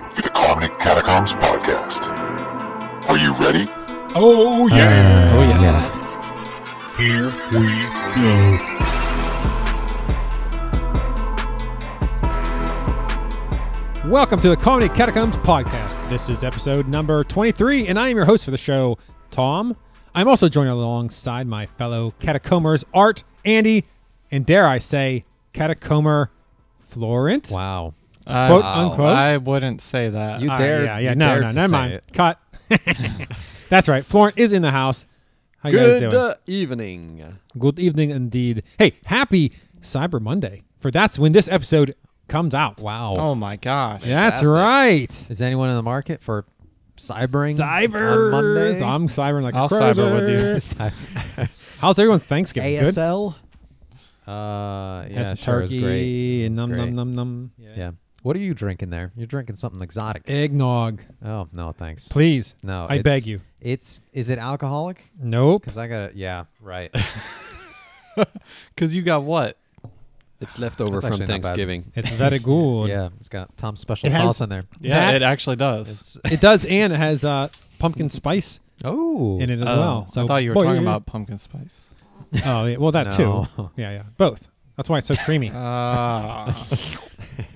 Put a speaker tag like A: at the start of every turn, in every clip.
A: the Catacombs Podcast. Are you ready?
B: Oh yeah.
C: Uh,
D: Oh yeah. yeah.
B: Here we go.
D: Welcome to the Comedy Catacombs podcast. This is episode number 23, and I am your host for the show, Tom. I'm also joined alongside my fellow catacombers, Art, Andy, and dare I say, catacomber Florent.
C: Wow.
D: Quote,
C: I,
D: unquote.
C: uh, I wouldn't say that.
D: Uh,
C: I-
D: yeah, yeah, no, no, never mind. Cut. That's right. Florent is in the house. How you guys
C: Good
D: doing?
C: uh, evening.
D: Good evening, indeed. Hey, happy Cyber Monday! For that's when this episode comes out.
C: Oh,
E: Wow.
C: my gosh.
D: That's right.
E: Is anyone in the market for cybering
D: Cybers.
E: on Monday?
D: I'm cybering like
C: I'll
D: a
C: cyber with you.
D: crazy.
E: Cy-
D: How's everyone's Thanksgiving? Good.
E: ASL. Uh,
D: Had
E: yeah,
D: some
E: sure, it was
D: turkey
E: great. It
D: and
E: was
D: num
E: great.
D: num num num.
E: Yeah. What are you drinking there? You're drinking something exotic.
D: Eggnog,
E: oh no, thanks.
D: please.
E: No,
D: I
E: it's-
D: beg you.
E: It's is it alcoholic?
D: Nope.
E: Because I got it. Yeah, right.
C: Because you got what?
E: it's leftover
C: from Thanksgiving.
D: It's very good.
E: Yeah, it's got Tom's special
D: It has-
E: sauce in there.
C: Yeah,
D: That-
C: it actually does.
D: It does, and it has uh, pumpkin spice
E: Oh,
D: in it as
C: Oh,
D: well. So
C: I thought you were
D: boy,
C: talking
D: yeah.
C: about pumpkin spice.
D: Oh, yeah, well, that too.
E: No.
D: Yeah, yeah, both. That's why it's so creamy.
C: Ah.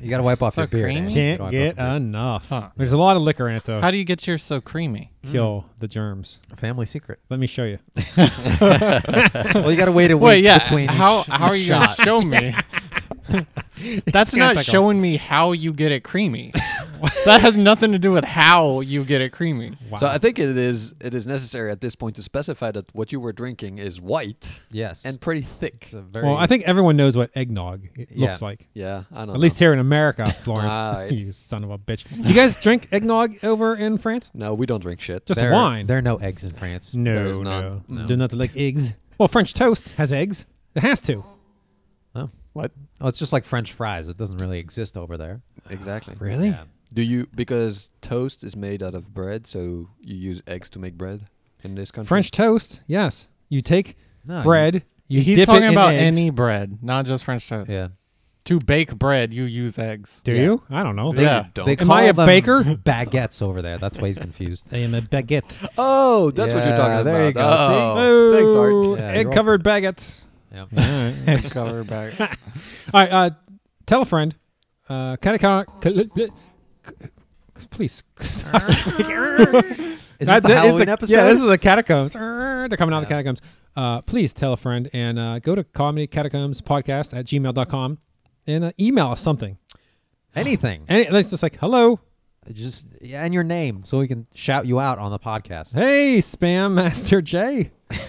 E: You got to wipe off
C: So
E: your beard.
C: creamy.
E: Andy. You gotta
D: Can't
E: wipe
D: get
E: off your
D: enough.
C: Huh.
D: There's a lot of liquor in it to
C: How do you get yours so creamy?
D: kill the germs.
E: beard. family secret.
D: Let me show you.
E: well, you got to wait a week
C: Wait, yeah.
E: between
C: how
E: each
C: how are you
E: shot.
C: gonna show me? That's
D: Can't
C: not
D: pickle.
C: showing me how you get it creamy. that has nothing to do with how you get it creamy.
D: Wow.
F: So I think it is it is necessary at this point to specify that what you were drinking is white
E: Yes.
F: and pretty thick.
E: It's a very
D: well, I think everyone knows what eggnog it
E: Yeah.
D: looks like.
F: Yeah, I don't
D: At least here in America, Florence.
F: Ah, right.
D: you son of a bitch. Do you guys drink eggnog over in France?
F: No, we don't drink shit.
D: Just
E: there,
D: wine.
E: There are no eggs in France.
D: no,
F: there is
D: no.
F: none. No.
D: Do not like eggs. Well, French toast has eggs. It has to.
E: No.
F: what?
E: Oh, it's just like French fries. It doesn't really exist over there.
F: Exactly.
D: Really?
E: Yeah.
F: Do you because toast is made out of bread, so you use eggs to make bread in this country?
D: French toast, yes. You take
E: No, you-
D: bread, you
C: He's
D: dip it
C: talking
D: in
C: about
D: eggs.
C: any bread, not just French toast.
E: Yeah.
C: To bake bread, you use eggs.
D: Do
E: Yeah.
D: you? I don't know.
C: Yeah.
F: Don't.
E: They
D: Am I
E: call
D: a
E: them
D: baker?
E: Baguettes over there. That's why he's confused.
D: I am a baguette.
F: oh, that's what you're talking
E: Yeah,
F: about.
E: there you go.
F: Oh, thanks, Art.
E: Yeah, you're
D: egg covered baguettes.
E: Yeah.
C: Cover back.
D: All right, uh, tell a friend. Uh, catacomb. Please. That-
E: Is this
D: that
E: the
D: is
E: Halloween
D: the-
E: episode?
D: Yeah, this is the catacombs. Err, They're coming out of the
E: Yeah.
D: catacombs. Uh, please tell a friend and uh, go to comedy catacombs podcast at gmail.com and uh, email us something.
E: Anything.
D: And it- it's just like, hello.
E: Just yeah, and your name, so we can shout you out on the podcast.
D: Hey, Spam Master J. what?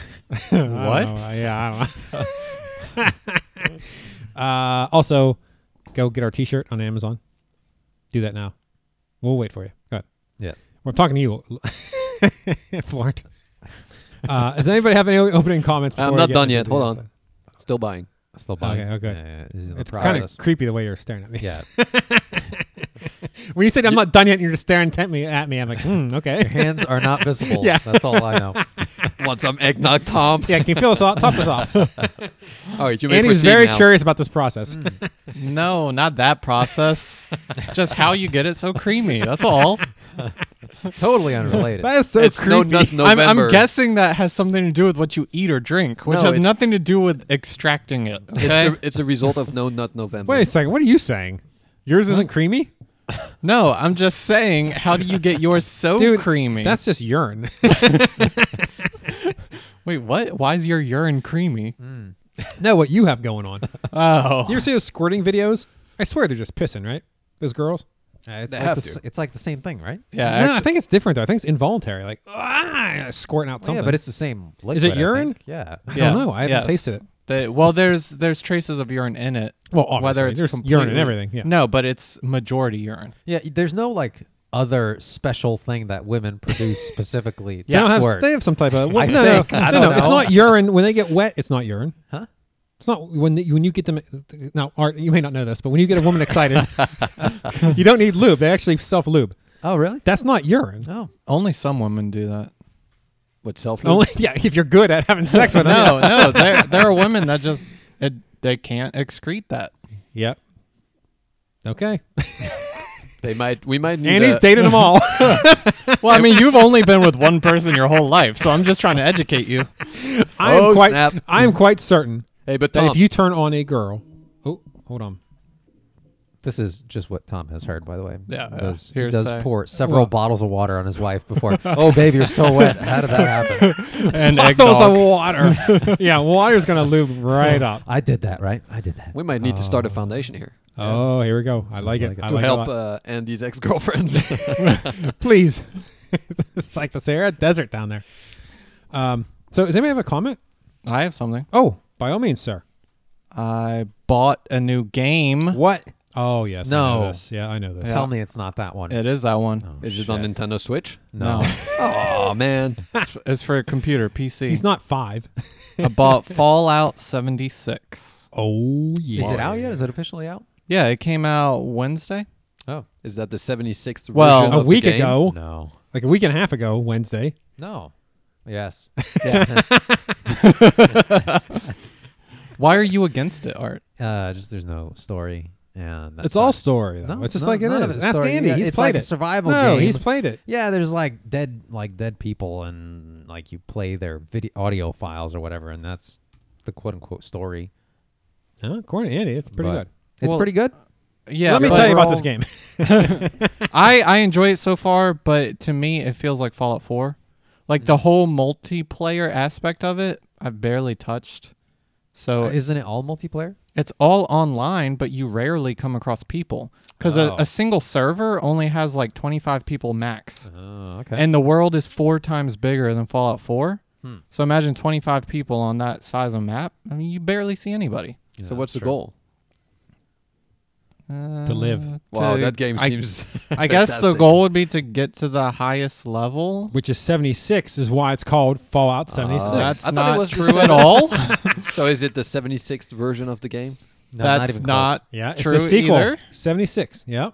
C: What?
D: yeah, I don't know. uh, also, go get our t shirt on Amazon. Do that now. We'll wait for you. Go ahead.
E: Yeah.
D: We're talking to you, Florent. Uh, does anybody have any o- opening comments?
F: I'm
D: before we
F: not
D: get
F: done
D: into
F: yet.
D: the
F: Hold
D: episode?
F: on. Still buying.
E: Still buying.
D: Okay, okay.
E: Yeah, yeah, this is in the
D: It's kind
E: process.
D: of creepy the way you're staring at me.
E: yeah.
D: When you said I'm not done yet, and you're just staring intently at me. I'm like, hmm, okay.
E: Hands are not visible.
D: Yeah.
E: That's all I know.
F: Want some eggnog, Tom?
D: yeah, can you feel us off? Top us off.
F: All right, you may
D: Andy's
F: proceed
D: very
F: now.
D: curious about this process.
C: No, not that process. Just how you get it so creamy. That's all.
E: totally unrelated.
D: That is so
F: It's
D: creepy.
F: no nut
C: I'm,
F: November.
C: I'm guessing that has something to do with what you eat or drink, which
F: No,
C: has
F: it's-
C: nothing to do with extracting it.
F: It's,
C: okay?
F: the, it's a result of no nut November.
D: Wait a second. What are you saying? Yours isn't creamy,
C: no, I'm just saying, how do you get yours so creamy?
D: That's just urine.
C: Wait, what? Why is your urine creamy?
D: Mm. no, what you have going on.
C: Oh,
D: You ever see those squirting videos? I swear they're just pissing, right? Those girls.
E: Uh, it's,
F: They
E: like
F: have
E: the,
F: to.
E: s- it's like the same thing, right? Oh,
C: yeah.
D: no, I
C: actu-
D: think it's different though. I think it's involuntary, like ah, squirting out something.
E: Yeah, but it's the same liquid.
D: it
E: I
D: urine?
E: think. Yeah.
D: I don't know. I haven't
C: yes.
D: tasted it.
C: They- well, there's there's traces of urine in it.
D: Well, obviously,
C: whether it's
D: there's urine and
C: completely-
D: everything, yeah.
C: No, but it's majority urine.
E: Yeah, y- there's no like other special thing that women produce specifically.
D: they,
E: to
D: don't have,
E: squirt.
D: they have some type of.
E: I
D: no,
E: think.
D: no, no,
E: I don't
D: no, It's
E: know.
D: not urine. When they get wet, it's not urine.
E: Huh?
D: It's not when the, when you get them. Now, Art, you may not know this, but when you get a woman excited, you don't need lube. They actually self lube.
E: Oh, really?
D: That's not urine.
E: Oh,
C: Only some women do that.
F: What self?
D: Only yeah, if you're good at having sex with them.
C: no, no, there there are women that just it, they can't excrete that.
D: Yep. Okay.
F: They might. We might need.
D: Andy's
F: a-
D: dated them all.
F: Oh,
C: Well, I mean, you've only been with one person your whole life, so I'm just trying to educate you.
D: I am
F: Oh,
D: quite.
F: snap.
D: I am quite certain
F: Hey, but
D: that
F: Tom,
D: if you turn on a girl, oh, hold on.
E: This is just what Tom has heard, by the way.
C: Yeah,
E: He
C: yeah.
E: does, he
C: Here's
E: does
C: a-
E: pour several bottles of water on his wife before. oh, babe, you're so wet. How did that happen?
C: And egg
D: Bottles of
C: dog.
D: water. yeah, water's gonna lube right up.
E: Oh. I did that, right? I did that.
F: we might need to start a foundation here
D: Oh, here we go. I like it.
E: like it.
D: I
F: to
D: like it a
F: help
D: lot.
F: uh, Andy's ex-girlfriends.
D: please. it's like the Sahara Desert down there. Um, so, does anybody have a comment?
C: I have something.
D: Oh, by all means, sir.
C: I bought a new game.
D: What? Oh yes. I know
E: No.
D: this. Yeah, I know this.
E: Tell me it's not that one.
C: It is that one.
F: Is it on Nintendo Switch?
C: No,
F: Oh man,
C: it's, it's for a computer, PC.
D: He's not five.
C: I bought Fallout 76.
D: oh yeah.
E: Is it out yet? Is it officially out?
C: Yeah, it came out Wednesday.
E: Oh
F: is that the 76th
C: Well,
F: version
D: A
F: of the
D: week
F: game?
D: ago,
E: no,
D: like a week and a half ago, Wednesday.
E: no. Yes.
C: Why are you against it, Art?
E: uh, just there's no story, and that's
D: it's all
E: not-
D: story. Though.
E: No,
D: it's just
E: no-
D: like it
E: none of
D: is.
E: it's
D: Ask
E: story.
D: Andy.
E: Yeah,
D: he's
E: it's
D: played
E: like a
D: it.
E: survival
D: No,
E: game.
D: he's played it.
E: Yeah, there's like dead like dead people and like you play their video audio files or whatever, and that's the quote unquote story.
D: Huh? According to Andy, it's pretty
E: But
D: good.
E: It's
C: Well,
E: pretty good.
C: Yeah,
D: Let me
C: but-
D: tell you about this game.
C: I I enjoy it so far, but to me it feels like Fallout 4. Like the whole multiplayer aspect of it, I've barely touched. So
E: Isn't Oh, Uh, it all multiplayer?
C: it's all online, but you rarely come across people because
E: Oh.
C: a, a single server only has like 25 people max,
E: Oh, okay.
C: and the world is four times bigger than Fallout 4. So imagine 25 people on that size of map. I mean, you barely see anybody.
F: So what's the
E: true.
F: goal?
D: to live,
F: Wow,
C: Uh, to-
F: that game
C: I-
F: seems.
C: I guess the
F: fantastic.
C: goal would be to get to the highest level.
D: which is seventy six, is why it's called Fallout seventy
E: Oh,
D: six.
C: That's
F: I thought it
C: not
F: was the
C: true
F: same.
C: at all.
F: So is it the 76th version of the game?
E: No, not
C: That's
E: even close.
C: not,
D: yeah, it's
C: true
D: a sequel.
C: either.
D: Seventy six. Yeah,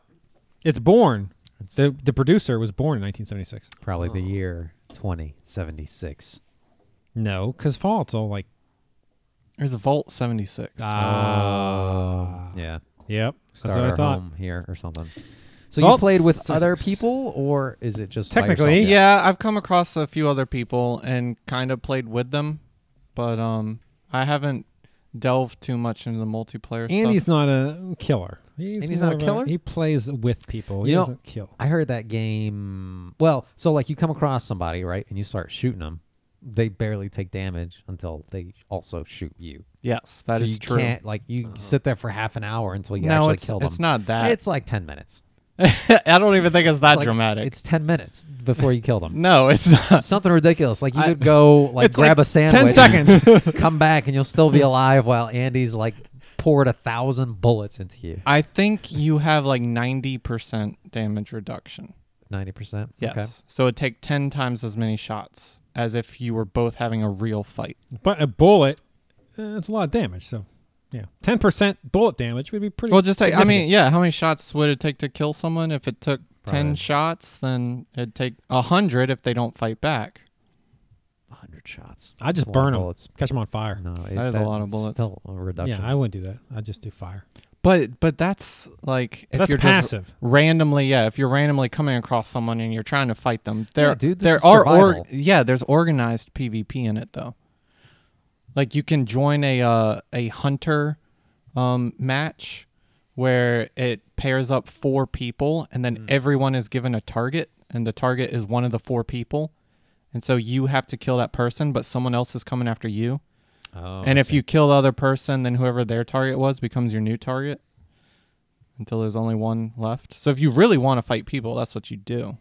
D: it's born. the the producer was born in nineteen seventy six.
E: probably the year 2076.
D: No, because Fallout's all like.
C: There's a Vault 76.
D: Ah.
E: Yeah,
D: Yep.
E: start
D: that's what I
E: our
D: thought.
E: home here or something. So
D: Well,
E: you played with
D: s-
E: other people, or is it just by
D: Technically,
E: yourself?
C: yeah, I've come across a few other people and kind of played with them, but um, I haven't delved too much into the multiplayer
D: And he's
C: stuff.
D: not a killer. He's,
E: Andy's not
D: more
E: a
D: of
E: killer?
D: he plays with people. He
E: You know-
D: doesn't kill.
E: I heard that game. Well, so like you come across somebody, right, and you start shooting them. They barely take damage until they also shoot you.
C: Yes, that
E: so
C: is
E: you
C: true.
E: Can't, like you sit there for half an hour until you
C: no,
E: actually
C: it's,
E: kill them.
C: it's not that.
E: It's like ten minutes.
C: I don't even think it's that
E: Like,
C: dramatic.
E: It's ten minutes before you kill them.
C: no, it's not.
E: Something ridiculous. Like you could go like
D: It's
E: grab
D: like
E: a sandwich.
D: 10
E: seconds. come back and you'll still be alive while Andy's like poured a thousand bullets into you.
C: I think you have like 90% damage reduction.
E: Ninety percent.
C: Yes.
E: Okay.
C: So it'd take 10 times as many shots as if you were both having a real fight.
D: But a bullet, uh, it's a lot of damage. So, yeah, ten percent bullet damage would be pretty.
C: Well, just take, I mean,
D: significant.
C: yeah, how many shots would it take to kill someone? If it took 10
E: Probably.
C: shots, then it'd take 100 if they don't fight back.
E: hundred shots.
D: I just
E: That's a lot
D: burn
E: of
D: them,
E: bullets.
D: catch them on fire.
E: No, it,
C: That is a lot of
E: that's
C: bullets.
E: Still a reduction.
D: yeah, I wouldn't do that. I would just do fire.
C: But but that's like if
D: that's
C: you're
D: passive.
C: just randomly, yeah, if you're randomly coming across someone and you're trying to fight them, there
E: Yeah, dude, this
C: there
E: is
C: are
E: survival.
C: yeah, there's organized PvP in it though. Like you can join a uh, a hunter um, match where it pairs up four people and
E: Hmm.
C: then everyone is given a target and the target is one of the four people. And so you have to kill that person, but someone else is coming after you.
E: Oh,
C: and
E: I
C: if
E: see.
C: you kill the other person, then whoever their target was becomes your new target until there's only one left. So if you really want to fight people, that's what you do.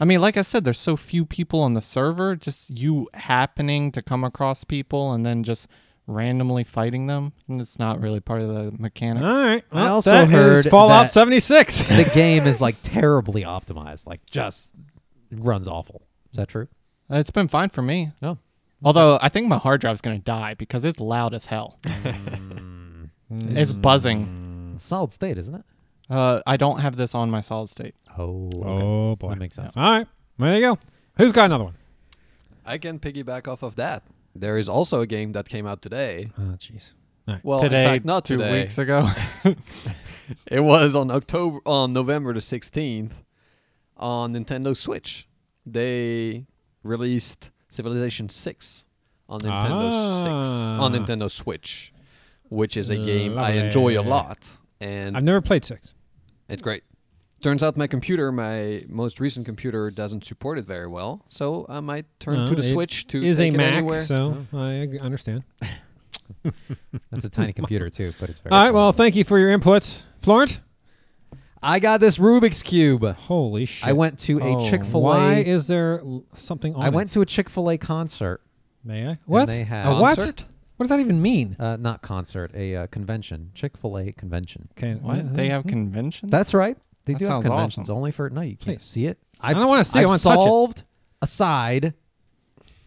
C: I mean, like I said, there's so few people on the server, just you happening to come across people and then just randomly fighting them. And it's not really part of the mechanics.
D: All right.
E: I
D: well,
E: also
D: that is
E: heard
D: Fallout
E: that-
D: seventy six.
E: the game is like terribly optimized, like just runs awful. Is that true?
C: It's been fine for me.
D: Oh.
E: No.
C: Although I think my hard drive's going to die because it's loud as hell. it's
D: Mm.
C: buzzing.
E: It's solid state, isn't it?
C: Uh, I don't have this on my solid state.
E: Oh,
D: Oh boy,
E: That makes sense.
D: All right, well, there you go. Who's got another one?
F: I can piggyback off of that. There is also
D: Uh,
F: a game that came out today.
E: Oh, jeez.
F: Well, in
C: today,
F: fact, not
C: two
F: today.
C: weeks ago.
F: It was on October on November the 16th on Nintendo Switch. They released Civilization 6 on Nintendo 6 on
D: Ah. Uh,
F: Nintendo Switch, which is a game I enjoy a
D: Lovely.
F: lot and
D: I've never played six.
F: it's great. Turns out my computer, my most recent computer, doesn't support it very well, so I might turn
D: No,
F: to the
D: it
F: Switch to
D: is a
F: take it
D: Mac,
F: anywhere.
D: so
E: Oh.
D: I ag- understand.
E: That's a tiny computer too, but it's very.
D: All right. Well,
E: small.
D: thank you for your input, Florent.
E: I got this Rubik's cube.
D: Holy shit!
E: I went to a
C: Oh,
E: Chick Fil
D: Why
E: A.
D: is there l- something on?
E: I went
D: it?
E: to a Chick Fil A concert.
D: May I? What?
E: they had-
D: a what? What
F: Concert?
D: does that even mean?
E: Uh, not concert, a uh, convention. Chick Fil A convention.
D: Okay.
C: What? They
D: Mm-hmm.
C: have conventions?
E: That's right. They
C: That
E: do have
C: sounds
E: conventions
C: awesome.
E: only for at night. You can't
D: Please.
E: see it.
D: I don't wanna see it. I
E: I've
D: wanna touch it.
E: solved a side,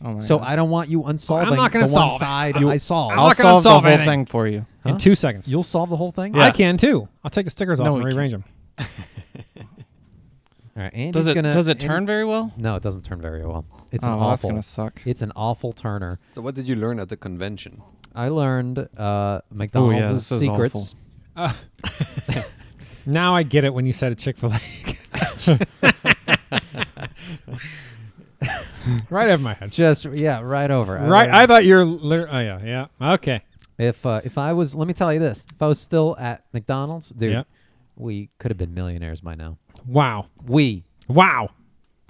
C: Oh my
E: so
C: God.
E: I don't want you unsolving
D: not gonna
E: the one
D: solve it.
E: side I solved.
D: I'm not
C: I'll
D: gonna
C: solve the
D: solve
C: whole
D: anything.
C: thing for you.
D: In
E: Huh?
D: two seconds.
E: You'll solve the whole thing.
D: I can too. I'll take the stickers off
C: No,
D: and
C: we
D: rearrange them.
E: All right, Andy's
C: Does it
E: gonna-
C: does it
E: Andy's-
C: turn very well?
E: No, it doesn't turn very well. It's
C: Oh,
E: an
C: well, that's
E: awful.
C: gonna suck.
E: It's an awful turner.
F: So what did you learn at the convention?
E: I learned uh, McDonald's
C: this is
E: secrets.
C: awful.
D: Now I get it when you said a Chick Fil A. right over my head.
E: Just yeah, right over. I
D: Right.
E: learned-
C: Uh,
D: I thought you were. Liter- oh yeah. Yeah. Okay.
E: if uh, if I was, let me tell you this. If I was still at McDonald's, dude,
D: Yeah.
E: we could have been millionaires by now.
D: Wow.
E: We.
D: Wow.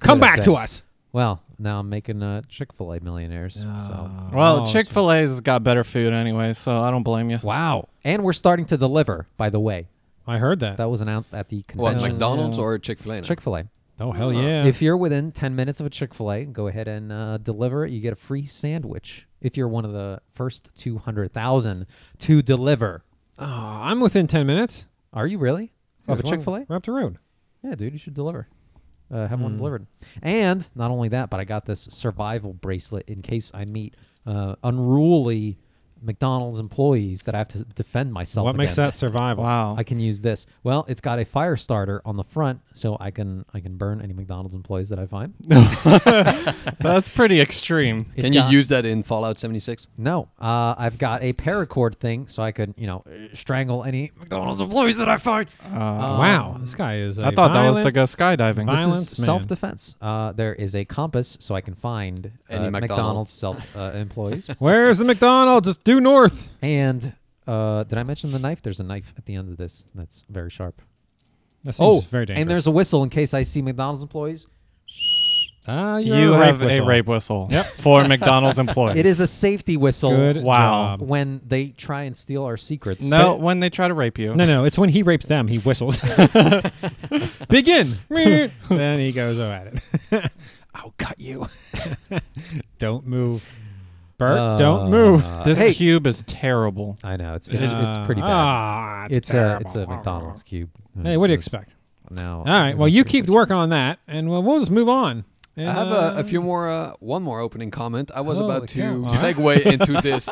D: Come
E: Good
D: back to
E: thing.
D: us.
E: Well, now I'm making uh, Chick Fil A millionaires. So
C: Well,
D: Oh,
C: Chick Fil A's got better food anyway, so I don't blame you.
E: wow, and we're starting to deliver. By the way,
D: I heard that.
E: that was announced at the
F: What,
E: convention.
F: McDonald's or Chick Fil A?
E: Chick Fil A.
D: Oh hell yeah.
E: If you're within 10 minutes of a Chick fil A, go ahead and uh, deliver it. You get a free sandwich if you're one of the first 200,000 to deliver.
D: oh, I'm within ten minutes
E: Are you really? Of a
D: There's one
E: Chick fil A?
D: Right up the road.
E: Yeah, dude, you should deliver. Uh, have
D: Hmm.
E: one delivered. And not only that, but I got this survival bracelet in case I meet uh, unruly McDonald's employees that I have to defend myself
D: What makes that
E: against.
D: survival?
C: Wow.
E: I can use this. Well, it's got a fire starter on the front, so I can I can burn any McDonald's employees that I find.
C: That's pretty extreme.
E: It's
F: Can you
E: got-
F: use that in Fallout 76?
E: No, uh, I've got a paracord thing, so I could, you know, strangle any McDonald's employees that I find.
D: wow. This guy is.
C: Uh, I thought that was to go skydiving.
D: This is-
E: This is
D: man.
E: self-defense. Uh, there is a compass, so I can find uh,
F: Any McDonald's.
E: McDonald's self uh, employees.
D: Where's the McDonald's? It's due north.
E: and uh, did I mention the knife? There's a knife at the end of this that's very sharp.
D: That seems
E: Oh,
D: very dangerous.
E: and there's a whistle in case I see McDonald's employees.
D: ah,
C: you
D: you're a rape
C: have
D: whistle.
C: a rape whistle for McDonald's employees.
E: It is a safety whistle.
D: Good
C: Wow.
D: job.
E: When they try and steal our secrets.
C: No, when they try to rape you.
D: No, no, it's when he rapes them, he whistles. Begin. then he goes oh, at it. I'll cut you. don't move. Bert, don't move.
E: Uh,
C: This
E: hey.
C: cube is terrible.
E: I know it's it's,
D: Uh,
E: it's pretty bad.
D: Ah, it's
E: it's a it's a
D: terrible.
E: McDonald's cube.
D: Hey, what do you
E: Just-
D: expect?
E: No.
D: All right.
E: it
D: Well,
E: was
D: you
E: pretty
D: keep
E: good.
D: working on that, and we'll, we'll just move on.
F: I have a, a few more, uh, one more opening comment. I was
D: um, Holy
F: about to
D: cow. Alright.
F: segue into this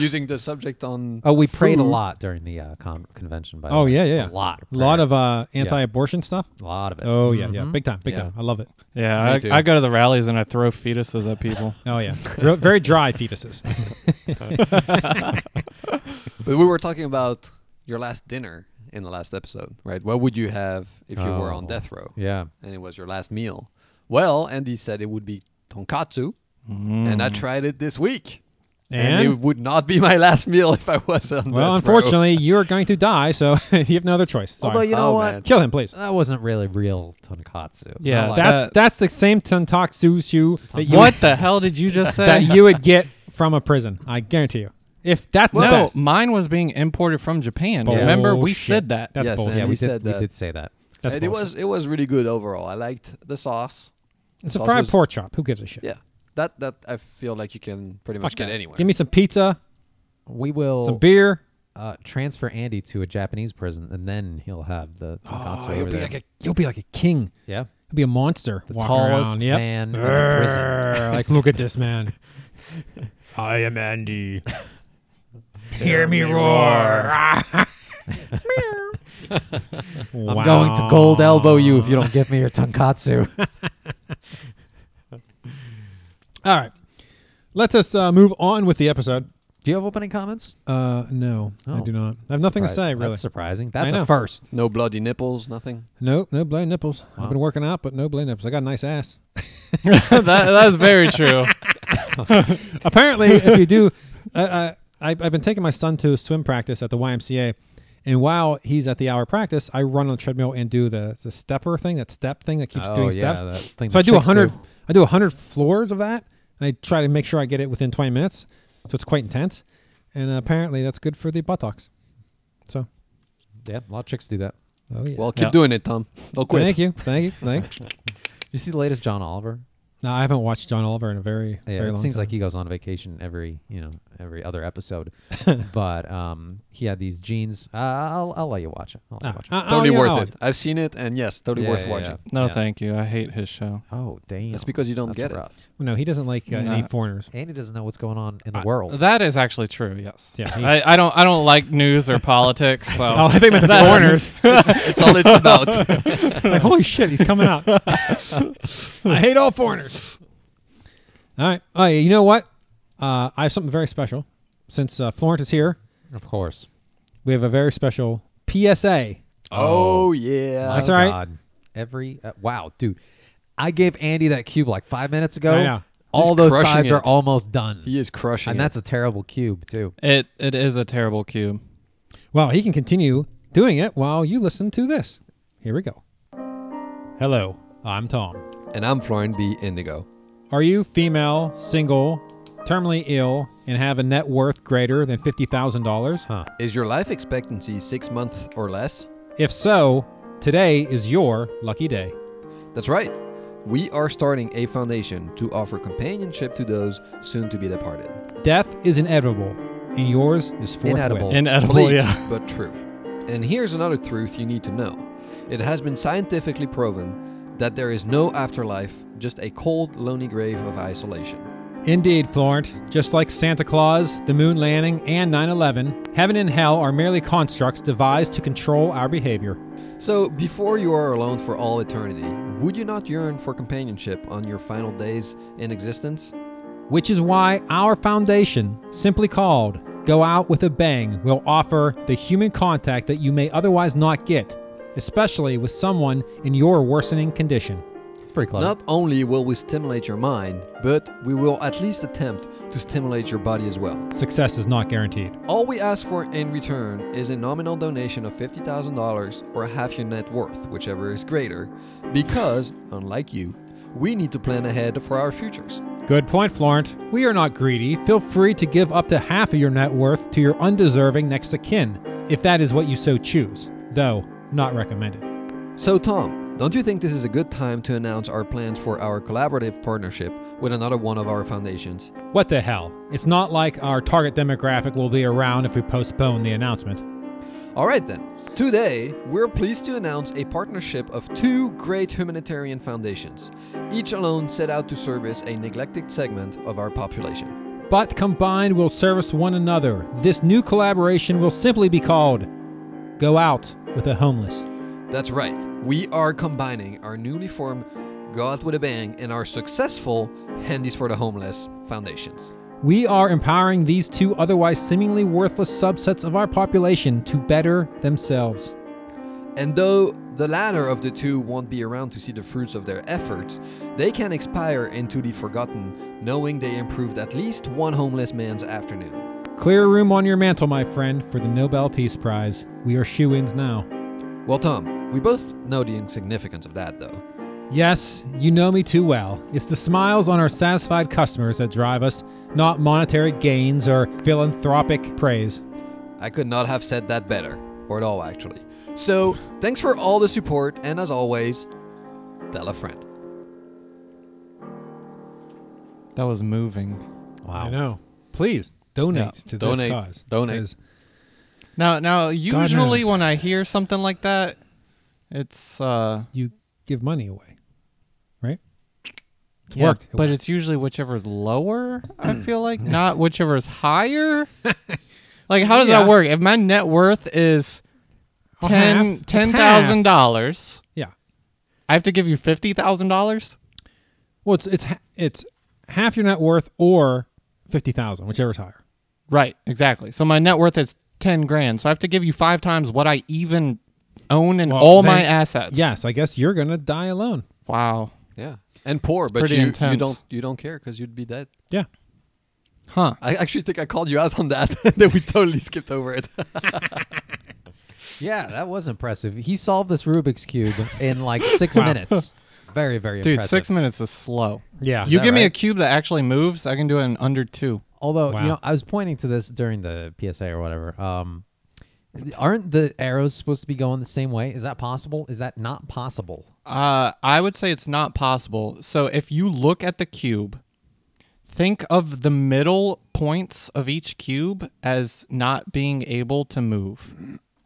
F: using the subject on.
E: Oh, we prayed a
F: food.
E: lot during the uh, con- convention. By the
D: Oh
E: way.
D: yeah, yeah.
E: a lot,
D: A lot
E: prayer.
D: of uh, anti-abortion stuff.
E: a lot of it.
D: Oh yeah, yeah.
E: Mhm.
D: Big time, big
F: Yeah.
D: time. I love it.
F: Me
C: Yeah,
F: too.
C: I, I go to the rallies and I throw fetuses at people.
D: Oh yeah. Real- very dry fetuses.
F: But we were talking about your last dinner in the last episode, right? What would you have if you were on
E: Oh.
F: death row?
E: yeah.
F: and it was your last meal. Well, Andy said it would be tonkatsu, and I tried it this week.
D: Mm. And?
F: it would not be my last meal if I was on
D: well,
F: death row.
D: unfortunately, you are going to die, so you have no other choice. Sorry.
E: Although you know
F: Oh,
E: what,
F: man.
D: Kill him, please.
E: that wasn't really real tonkatsu.
C: Yeah, uh,
F: like
D: That's that's the same tentaksu shoe that you
C: what
D: would,
C: the hell did you just say?
D: that you would get from a prison. I guarantee you. If that's the
C: no,
D: best.
C: mine was being imported from Japan. Remember, we
D: Bullshit.
C: said that.
D: That's
F: Yes,
D: bullshit.
F: and
E: yeah,
F: he
E: we did.
F: said
E: We
F: that.
E: did say that.
D: That's
F: And it
D: bullshit.
F: was it was really good overall. I liked the sauce.
D: It's a
F: sauce
D: fried
F: was-
D: pork chop. Who gives a shit?
F: Yeah, that that I feel like you can pretty much
D: Fuck
F: get
D: that.
F: anywhere.
D: Give me some pizza,
E: We will
D: some beer.
E: uh, transfer Andy to a Japanese prison, and then he'll have the tonkatsu over there.
D: Oh, you'll be like a king.
E: yeah.
D: You'll be a monster.
E: The
D: walking
E: tallest
D: around. Yep.
E: man in the prison.
D: Arr, like, look at this man. I am Andy. Hear me roar.
E: I'm going to gold elbow you if you don't give me your tonkatsu.
D: All right. Let us uh, move on with the episode.
E: Do you have opening comments?
D: Uh, no, I
E: Oh.
D: do not. I have nothing to
E: Surpri-
D: say really.
E: That's surprising. That's
D: know.
E: a first.
F: No bloody nipples, nothing.
D: no, no bloody nipples. I've
E: Wow.
D: been working out, but no bloody nipples. I got a nice ass.
C: that, that's very true.
D: Apparently, if you do, uh, uh, I, I've been taking my son to swim practice at the YMCA, and while he's at the hour practice, I run on the treadmill and do the the stepper thing, that step thing that keeps
E: Oh,
D: doing
E: yeah,
D: steps.
E: that thing
D: so
E: that
D: I do a
E: chicks
D: hundred.
E: do.
D: I do a hundred floors of that, and I try to make sure I get it within twenty minutes. So it's quite intense, and uh, apparently that's good for the buttocks. So,
E: Yeah, a lot of chicks do that.
D: oh yeah.
F: Well, keep
C: Yeah.
F: doing it, Tom. Don't quit.
D: Thank you, thank you, thank. you.
E: You see the latest John Oliver?
D: no, I haven't watched John Oliver in a very,
E: Yeah,
D: very
E: it
D: long
E: seems
D: time.
E: like he goes on vacation every, you know, every other episode. but um, he had these jeans. Uh, I'll, I'll let you watch it. I'll let
D: Ah,
E: you watch it.
D: ah, ah,
F: Totally
D: yeah, I'll
F: worth
D: watch
F: it. I've seen it, and yes, totally
E: Yeah,
F: worth
E: yeah,
F: watching.
E: yeah.
C: No, thank you. I hate his show.
E: Oh, damn.
F: That's because you don't get it.
D: No, he doesn't like uh, any
C: Nah.
D: foreigners.
E: it. Andy doesn't know what's going on in the
D: I-
E: world.
C: That is actually true. Yes.
D: Yeah, he-
C: I, I don't. I don't like news or politics. So
D: Oh, I think meant the foreigners.
F: It's all it's about.
D: like, holy shit, he's coming out. I hate all foreigners. All right. Oh, yeah, you know what? Uh, I have something very special. Since uh, Florence is here,
E: of course.
D: we have a very special PSA.
F: oh yeah.
D: That's
E: My
D: all right.
E: God. Every uh, wow, dude, I gave Andy that cube like five minutes ago.
D: I know.
E: All
F: He's
E: those
F: crushing
E: sides are
F: it.
E: almost done,
F: He is crushing.
E: and
F: it.
E: that's a terrible cube too.
C: It it is a terrible cube.
D: Well, he can continue doing it while you listen to this. Here we go. Hello, I'm Tom.
F: and I'm Florin B. Indigo.
D: Are you female, single, terminally ill, and have a net worth greater than $50,000? Huh.
F: Is your life expectancy six months or less?
D: If so, today is your lucky day.
F: That's right. We are starting a foundation to offer companionship to those soon to be departed.
D: Death is inevitable, and yours is forthwith.
E: Inedible.
C: Inedible.
F: Bleak,
C: Yeah.
F: but true. And here's another truth you need to know it has been scientifically proven that there is no afterlife, just a cold, lonely grave of isolation.
D: Indeed, Florent. Just like Santa Claus, the moon landing, and 9 11, heaven and hell are merely constructs devised to control our behavior.
F: So, before you are alone for all eternity, would you not yearn for companionship on your final days in existence?
D: Which is why our foundation, simply called Go Out with a Bang, will offer the human contact that you may otherwise not get, especially with someone in your worsening condition.
E: It's pretty clever.
F: Not only will we stimulate your mind, but we will at least attempt to stimulate your body as well.
D: Success is not guaranteed.
F: All we ask for in return is a nominal donation of $50,000 or half your net worth, whichever is greater, because, unlike you, we need to plan ahead for our futures.
D: Good point, Florent. We are not greedy. Feel free to give up to half of your net worth to your undeserving next of kin, if that is what you so choose, though not recommended.
F: So, Tom, don't you think this is a good time to announce our plans for our collaborative partnership with another one of our foundations?
D: What the hell? It's not like our target demographic will be around if we postpone the announcement.
F: Alright then, today we're pleased to announce a partnership of two great humanitarian foundations, each alone set out to service a neglected segment of our population.
D: But combined, we'll service one another. This new collaboration will simply be called Go Out with the Homeless.
F: That's right, we are combining our newly formed God with a Bang and our successful Handies for the Homeless foundations.
D: We are empowering these two otherwise seemingly worthless subsets of our population to better themselves.
F: And though the latter of the two won't be around to see the fruits of their efforts, they can expire into the forgotten, knowing they improved at least one homeless man's afternoon.
D: Clear room on your mantle, my friend, for the Nobel Peace Prize. We are shoe ins now.
F: Well, Tom, we both know the insignificance of that, though.
D: Yes, you know me too well. It's the smiles on our satisfied customers that drive us, not monetary gains or philanthropic praise.
F: I could not have said that better, or at all, actually. So, thanks for all the support, and as always, tell a friend.
C: That was moving.
D: Wow. I know. Please donate
C: Yeah,
D: to
F: donate,
D: this cause.
F: donate.
D: 'cause
C: Now now usually
D: knows.
C: when I hear something like that, it's uh
D: You give money away, right? It's
C: yeah,
D: worked. Mm. It
C: but
D: worked.
C: it's usually whichever's lower. I feel like not whichever's higher. like how does
D: Yeah.
C: that work? If my net worth is
D: Oh, half.
C: ten
D: It's
C: ten thousand
D: half.
C: dollars,
D: Yeah.
C: I have to give you fifty thousand dollars.
D: Well, it's it's ha- it's half your net worth or fifty thousand, whichever's higher.
C: Right, exactly. So my net worth is 10 grand. So I have to give you five times what I even own in
D: Well,
C: all
D: then-
C: my assets.
D: Yeah, so I guess you're gonna die alone.
C: Wow.
F: Yeah, and poor, but
C: pretty
F: you, you
C: intense.
F: don't you don't care because you'd be dead.
D: Yeah.
C: Huh.
F: I actually think I called you out on that. that we totally skipped over it.
E: Yeah, that was impressive. He solved this Rubik's cube in like six
D: Wow.
E: minutes. Very, very
C: Dude,
E: impressive.
C: six minutes is slow.
D: Yeah.
C: You
E: that
C: give me a
E: right?
C: cube that actually moves, I can do it in under two.
E: Although
D: Wow.
E: you know, I was pointing to this during the PSA or whatever. Um, aren't the arrows supposed to be going the same way? Is that possible? Is that not possible?
C: Uh, I would say it's not possible. So if you look at the cube, think of the middle points of each cube as not being able to move.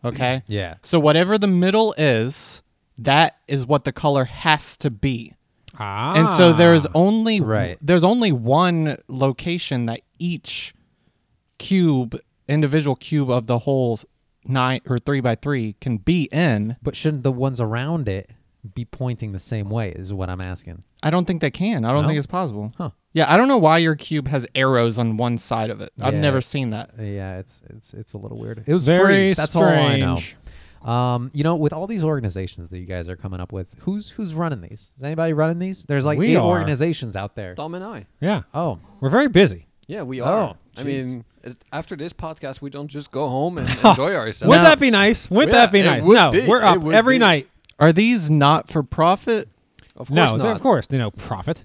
C: Okay?
E: Yeah.
C: So whatever the middle is, that is what the color has to be.
D: Ah.
C: And so there's only
E: Right.
C: there's only one location that each cube, individual cube of the whole nine or three by three can be in.
E: But shouldn't the ones around it be pointing the same way? Is what I'm asking.
C: I don't think they can. I don't
E: No?
C: think it's possible.
E: Huh.
C: Yeah, I don't know why your cube has arrows on one side of it. I've
E: Yeah.
C: never seen that.
E: Uh, Yeah, it's it's it's a little weird. It was
D: Very
E: free. That's all I know.
D: strange.
E: Um, you know, with all these organizations that you guys are coming up with, who's who's running these? Is anybody running these? There's like
D: We
E: eight
D: are.
E: organizations out there.
F: Tom and I.
D: yeah.
E: Oh,
D: We're very busy.
F: Yeah, we
E: Oh,
F: are. I
E: jeez.
F: mean, it, after this podcast, we don't just go home and enjoy ourselves.
D: Wouldn't that be nice? Wouldn't
F: Yeah,
D: that be
F: it
D: nice?
F: would
D: No,
F: be.
D: we're
F: It
D: up
F: would
D: every
F: be.
D: night.
C: Are these not for profit?
F: of course
D: No,
F: not.
D: of course, you know, profit.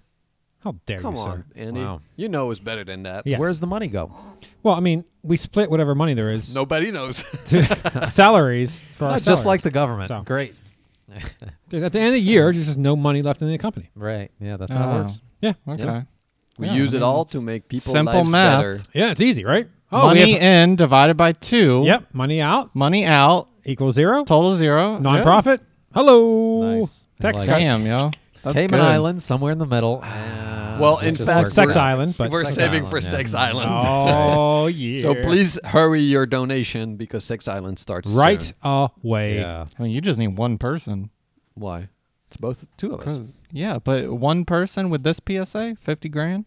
D: How dare
F: Come
D: you,
F: on,
D: sir?
F: Andy.
E: Wow.
F: You know it's better than that.
D: Yeah. Yes.
E: where's the money go?
D: Well, I mean, we split whatever money there is
F: Nobody knows.
D: to salaries for our
E: Not just like
D: salaries.
E: the government.
D: So-
E: Great.
D: Dude, at the end of the year, there's just no money left in the company.
E: Right. Yeah, that's how
C: Oh.
E: it works.
D: Yeah,
C: Okay.
F: Yeah. we
C: Yeah,
F: use
C: I
F: it
C: mean,
F: all
C: it's
F: to make people
C: simple
F: lives
C: math.
F: better.
D: yeah, it's easy, right? Oh, we
C: money
D: have-
C: in divided by two.
D: yep, money out
C: Money out.
D: equals zero.
C: Total zero.
D: Nonprofit. Hello.
E: Nice. I
D: Tax
E: like
D: cut.
E: it.
C: Damn, yo. That's
E: Cayman
C: good.
E: Island, somewhere in the middle. Ah,
F: Well,
E: it
F: in
E: just
F: fact,
E: works
D: Sex
F: we're-
E: out.
D: Island, but
F: We're
E: Sex
F: saving
E: Island,
F: for
E: yeah.
F: Sex Island.
D: Oh yeah.
F: So please hurry your donation because Sex Island starts
D: right
F: soon.
D: away.
E: Yeah.
C: I mean, you just need one person.
F: Why? It's both two of us.
C: Yeah, but one person with this PSA, 50 grand?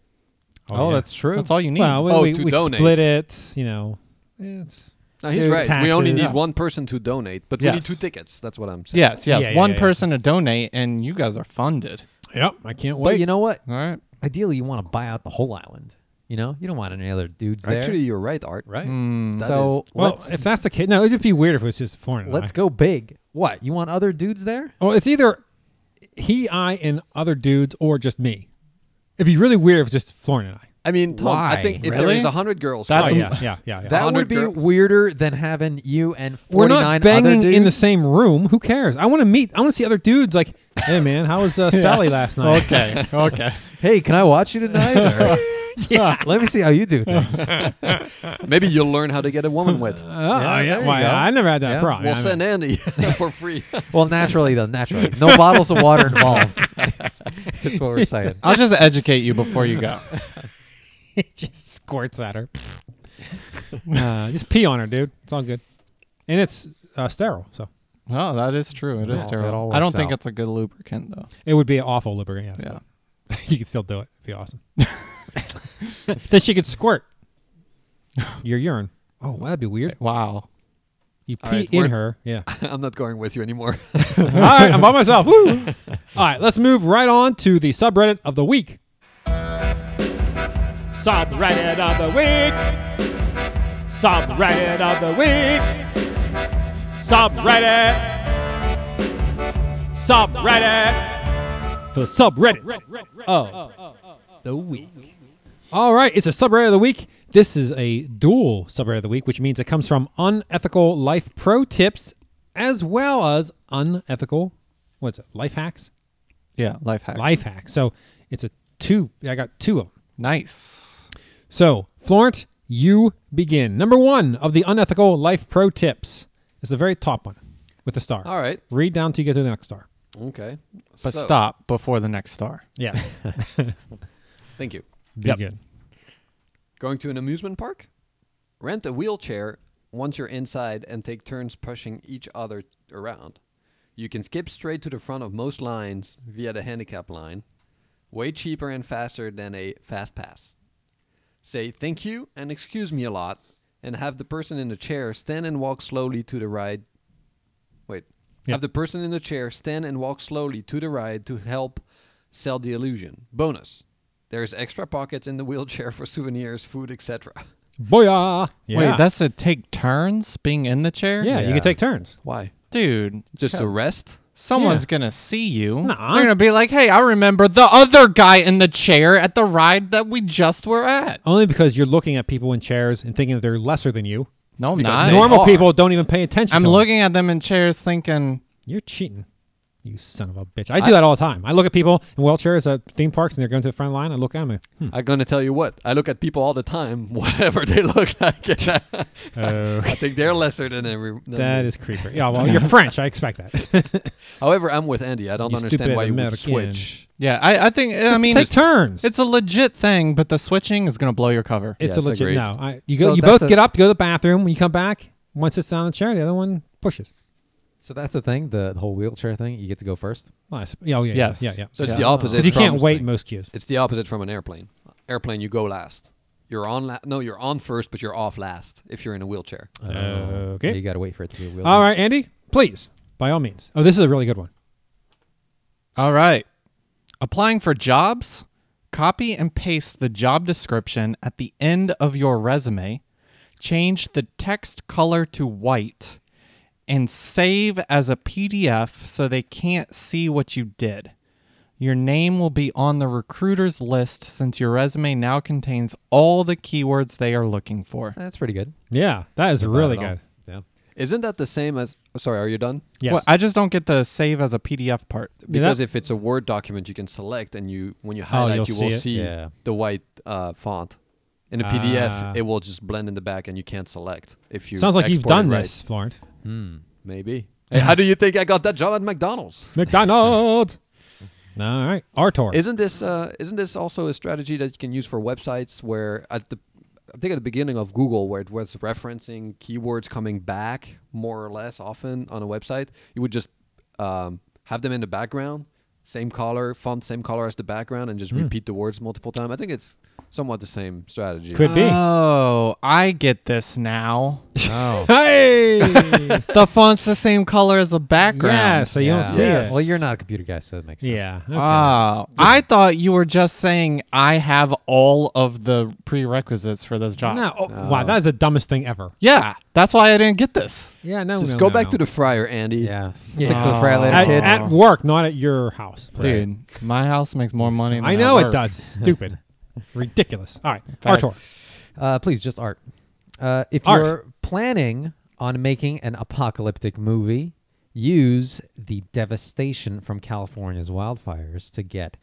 E: Oh,
D: yeah.
E: that's true.
C: That's all you need.
D: Well, we,
F: Oh,
D: we,
F: to
D: we
F: donate.
D: split it. You know, it's
F: No, he's
D: Dude,
F: right. We only need
D: taxes.
F: one person to donate, but we need
C: Yes.
F: two tickets. That's what I'm saying.
C: yes, yes.
D: Yeah, yeah,
C: one
D: yeah, yeah.
C: person to donate, and you guys are funded.
D: yep. I can't wait.
E: But you know what?
C: All right.
E: Ideally, you want to buy out the whole island. You know, you don't want any other dudes there.
F: Actually, you're right, Art.
E: right?
C: Mm,
F: That
E: so
F: is-
D: well,
E: hmm, let's
D: if that's the case, no, it'd be weird if it was just Florida.
E: let's go big. What you want other dudes there?
D: Well, Oh, it's either he, I, and other dudes, or just me. It'd be really weird if it's just Florian and I.
F: I mean, Tom, I
E: Why?
F: think if there
C: Really?
F: is 100 girls,
C: That's
D: oh,
F: right?
D: yeah, yeah, yeah, yeah.
E: That would
F: 100
E: be
F: girl-
E: weirder than having you and
D: We're
E: forty
D: not
E: nine
D: banging
E: other dudes
D: in the same room. Who cares? I want to meet. I want to see other dudes. Like, hey man, how was uh, Sally last night? Uh,
C: Okay. Okay.
E: Hey, can I watch you tonight? Or- yeah, let me see how you do things.
F: maybe you'll learn how to get a woman wet.
D: Uh, yeah,
E: there you
D: why,
E: go.
D: I never had that
E: Yeah.
D: problem.
F: We'll
D: I mean-
F: send Andy for free.
E: Well, naturally though, naturally, no bottles of water involved. That's what we're saying.
C: I'll just educate you before you go.
D: it just squirts at her. uh, just pee on her, dude. It's all good, and it's uh, sterile, so
C: No, Oh, that is true. It is
E: all-
C: terrible.
E: it all
C: I don't
E: works
C: think
E: out.
C: it's a good lubricant, though.
D: it would be an awful lubricant.
C: Yeah.
D: but you could still do it. It'd be awesome. then she could squirt your urine. Oh, wow, that'd be weird.
C: Wow.
D: You pee
F: All right,
D: in
F: we're-
D: her. Yeah.
F: I'm not going with you anymore.
D: all right, I'm by myself. Woo. All right, let's move right on to the subreddit of the week. Subreddit of the week. Subreddit of the week. Subreddit. Subreddit. The subreddit of the week. All right, it's a subreddit of the week. This is a dual subreddit of the week, which means it comes from unethical life pro tips as well as unethical what's it? Life hacks?
C: Yeah. Life hacks.
D: Life hacks. So it's a two I got two of them.
C: Nice.
D: So, Florent, you begin. Number one of the unethical life pro tips is the very top one with a star.
F: All right.
D: Read down till you get to the next star.
F: Okay.
C: But
F: So,
C: stop before the next star.
D: Yes.
F: Thank you.
D: begin.
F: Going to an amusement park? Rent a wheelchair once you're inside and take turns pushing each other around. You can skip straight to the front of most lines via the handicap line, way cheaper and faster than a fast pass. Say thank you and excuse me a lot and have the person in the chair stand and walk slowly to the right. Wait.
D: Yeah.
F: Have the person in the chair stand and walk slowly to the right to help sell the illusion. Bonus. There's extra pockets in the wheelchair for souvenirs, food, etc.
D: Booyah! Yeah.
C: Wait, that's to take turns being in the chair?
D: yeah, You
E: Yeah.
D: can take turns.
F: Why?
C: Dude,
F: Just to rest?
C: someone's
D: Yeah.
C: gonna see you.
D: Nuh-uh.
C: They're gonna be like, hey, I remember the other guy in the chair at the ride that we just were at.
D: Only because you're looking at people in chairs and thinking that they're lesser than you.
C: No, I'm
F: Because
C: not.
F: They
D: Normal
F: are.
D: people don't even pay attention.
C: I'm
D: to 'em.
C: looking at them in chairs thinking,
D: You're cheating. You son of a bitch. I do that all the time. I look at people in wheelchairs at theme parks and they're going to the front line. I look at them. and, hmm,
F: I'm gonna tell you what. I look at people all the time, whatever they look like. and I- I think they're lesser than every. than
D: oh, that
F: me.
D: is creeper. Yeah, well, you're French. I expect that.
F: However, I'm with Andy. I don't
D: You
F: understand why you
D: stupid
F: would
D: American.
F: switch.
C: yeah, I, I think, I mean,
D: take
C: it's,
D: turns.
C: it's a legit thing, but the switching is gonna blow your cover.
D: It's
F: Yes,
D: a legit
F: agreed.
D: no. I, you go.
E: So
D: you
E: that's
D: both
E: a-
D: get up, go to the bathroom. When you come back, one sits down on the chair, the other one pushes.
E: So that's the thing, the, the whole wheelchair thing. You get to go first.
D: Nice. Yeah, oh, yeah,
C: Yes.
D: yeah, yeah.
F: So it's
C: Yeah.
F: the opposite.
D: Because you can't
F: from-
D: wait most cues.
F: It's the opposite from an airplane. Airplane, you go last. You're on. La- no, you're on first, but you're off last if you're in a wheelchair.
E: Uh,
D: Okay.
E: You got to wait for it to be a wheelchair.
D: All right, Andy, please, by all means. Oh, this is a really good one.
C: All right. Applying for jobs, copy and paste the job description at the end of your resume, change the text color to white, and save as a PDF so they can't see what you did. Your name will be on the recruiter's list since your resume now contains all the keywords they are looking for.
E: That's pretty good.
D: Yeah, that is really
E: Not
D: good.
E: at all.
F: Isn't that the same as? oh, Sorry, are you done?
D: Yes.
C: Well, I just don't get the save as a PDF part.
F: Because if it's a Word document, you can select, and you when you highlight,
D: Oh, you'll
F: you will
D: see it.
F: see
E: Yeah.
F: the white uh, font. In a PDF,
D: Ah.
F: it will just blend in the back, and you can't select if you.
D: Sounds like you've
F: export it
D: done
F: right.
D: this, Florent.
E: Yeah. Hmm.
F: Maybe. Hey, how do you think I got that job at McDonald's?
D: McDonald. all right, Artor.
F: Isn't this uh, isn't this also a strategy that you can use for websites where at the I think at the beginning of Google where it was referencing keywords coming back more or less often on a website, you would just um, have them in the background, same color, font, same color as the background, and just
D: Hmm.
F: repeat the words multiple times. I think it's somewhat the same strategy.
D: Could be.
C: Oh, I get this now.
D: hey.
C: the font's the same color as the background.
D: yeah, so you
E: Yeah.
D: don't see
C: Yes.
D: it.
E: Well, you're not a computer guy, so it makes sense.
D: Yeah. Okay.
C: Oh, I thought you were just saying I have all of the prerequisites for this job.
D: no. oh, Wow, that is the dumbest thing ever.
C: Yeah, that's why I didn't get this.
D: Yeah. No.
F: Just
D: no,
F: go
D: no,
F: back
D: no.
F: to the fryer, Andy.
E: Yeah. Stick to the fry later,
D: at,
E: kid.
D: at work, not at your house, please.
C: Dude, my house makes more money than
D: I
C: at
D: know it
C: work.
D: does. Stupid. Ridiculous. All right.
C: fact-
D: Artor.
E: Uh, please, just art. Uh, if
D: Art.
E: you're planning on making an apocalyptic movie, use the devastation from California's wildfires to get